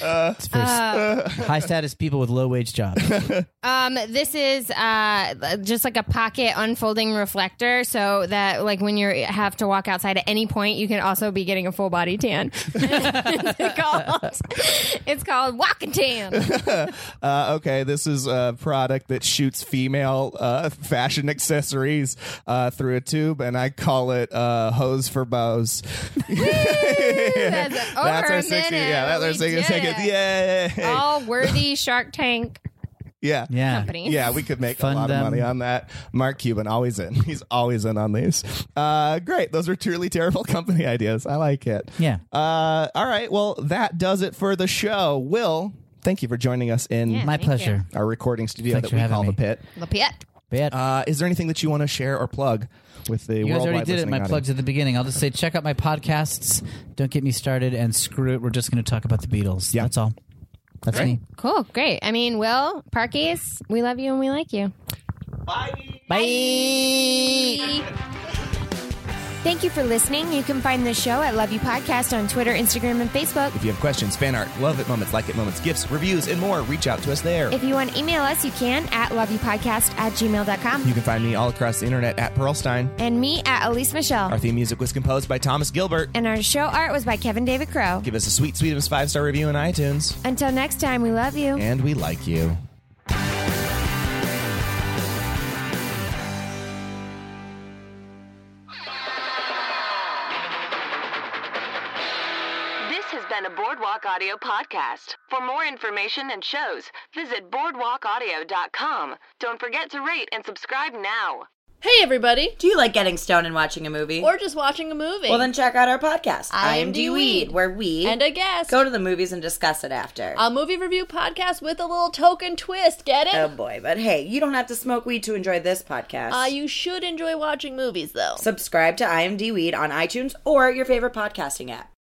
Speaker 6: it's for high status people with low wage jobs.
Speaker 5: Um, this is uh, just like a pocket unfolding reflector, so that like when you have to walk outside at any point, you can also be getting a full body tan. (laughs) it's, called, it's called walking tan.
Speaker 4: Uh, okay, this is a product that shoots female uh, (laughs) fashion accessories uh, through a tube, and I call it uh, hose for bows. (laughs)
Speaker 5: That's
Speaker 4: That's
Speaker 5: over
Speaker 4: our
Speaker 5: a
Speaker 4: 60.
Speaker 5: minute.
Speaker 4: Yeah, that's our
Speaker 5: We
Speaker 4: 60
Speaker 5: did
Speaker 4: seconds.
Speaker 5: it.
Speaker 4: Yay.
Speaker 5: All worthy Shark Tank
Speaker 4: yeah.
Speaker 6: Yeah.
Speaker 5: company.
Speaker 4: Yeah, we could make a
Speaker 6: Fund
Speaker 4: lot
Speaker 6: them.
Speaker 4: of money on that. Mark Cuban, always in. (laughs) He's always in on these. Uh, great. Those are truly terrible (laughs) company ideas. I like it.
Speaker 6: Yeah.
Speaker 4: Uh, all right. Well, that does it for the show. Will, thank you for joining us in
Speaker 5: Yeah.
Speaker 6: My
Speaker 5: Thank
Speaker 6: pleasure.
Speaker 4: our recording studio
Speaker 6: Thanks for
Speaker 4: that we
Speaker 6: having
Speaker 4: call
Speaker 6: me.
Speaker 4: the pit.
Speaker 5: Lafayette.
Speaker 6: Bad.
Speaker 4: Uh, is there anything that you want to share or plug with the
Speaker 6: you guys
Speaker 4: worldwide
Speaker 6: already did it.
Speaker 4: listening
Speaker 6: My
Speaker 4: audience?
Speaker 6: plugs at the beginning. I'll just say check out my podcasts. Don't get me started and screw it. We're just going to talk about the Beatles.
Speaker 4: Yeah.
Speaker 6: That's all. That's me.
Speaker 5: Cool, great. I mean, Will, Parkies, we love you and we like you.
Speaker 6: Bye.
Speaker 5: Thank you for listening. You can find the show at Love You Podcast on Twitter, Instagram, and Facebook.
Speaker 4: If you have questions, fan art, love it moments, like it moments, gifts, reviews, and more, reach out to us there.
Speaker 5: If you want to email us, you can at loveyoupodcast at gmail.com.
Speaker 4: you can find me all across the internet at Pearlstein.
Speaker 5: And me at Elise Michelle.
Speaker 4: Our theme music was composed by Thomas Gilbert.
Speaker 5: And our show art was by Kevin David Crow.
Speaker 4: Give us a sweet, sweetest five star review on iTunes.
Speaker 5: Until next time, we love you.
Speaker 4: And we like you.
Speaker 2: This has been a Boardwalk Audio podcast. For more information and shows, visit boardwalkaudio.com. Don't forget to rate and subscribe now.
Speaker 7: Hey everybody!
Speaker 8: Do you like getting stoned and watching a movie?
Speaker 7: Or just watching a movie.
Speaker 8: well, then check out our podcast,
Speaker 7: I am
Speaker 8: IMD
Speaker 7: D
Speaker 8: Weed,
Speaker 7: Weed,
Speaker 8: where we
Speaker 7: and a guest.
Speaker 8: go to the movies and discuss it after.
Speaker 7: a movie review podcast with a little token twist. Get it?
Speaker 8: oh boy, but hey, you don't have to smoke weed to enjoy this podcast.
Speaker 7: uh, you should enjoy watching movies though.
Speaker 8: Subscribe to IMD Weed on iTunes or your favorite podcasting app.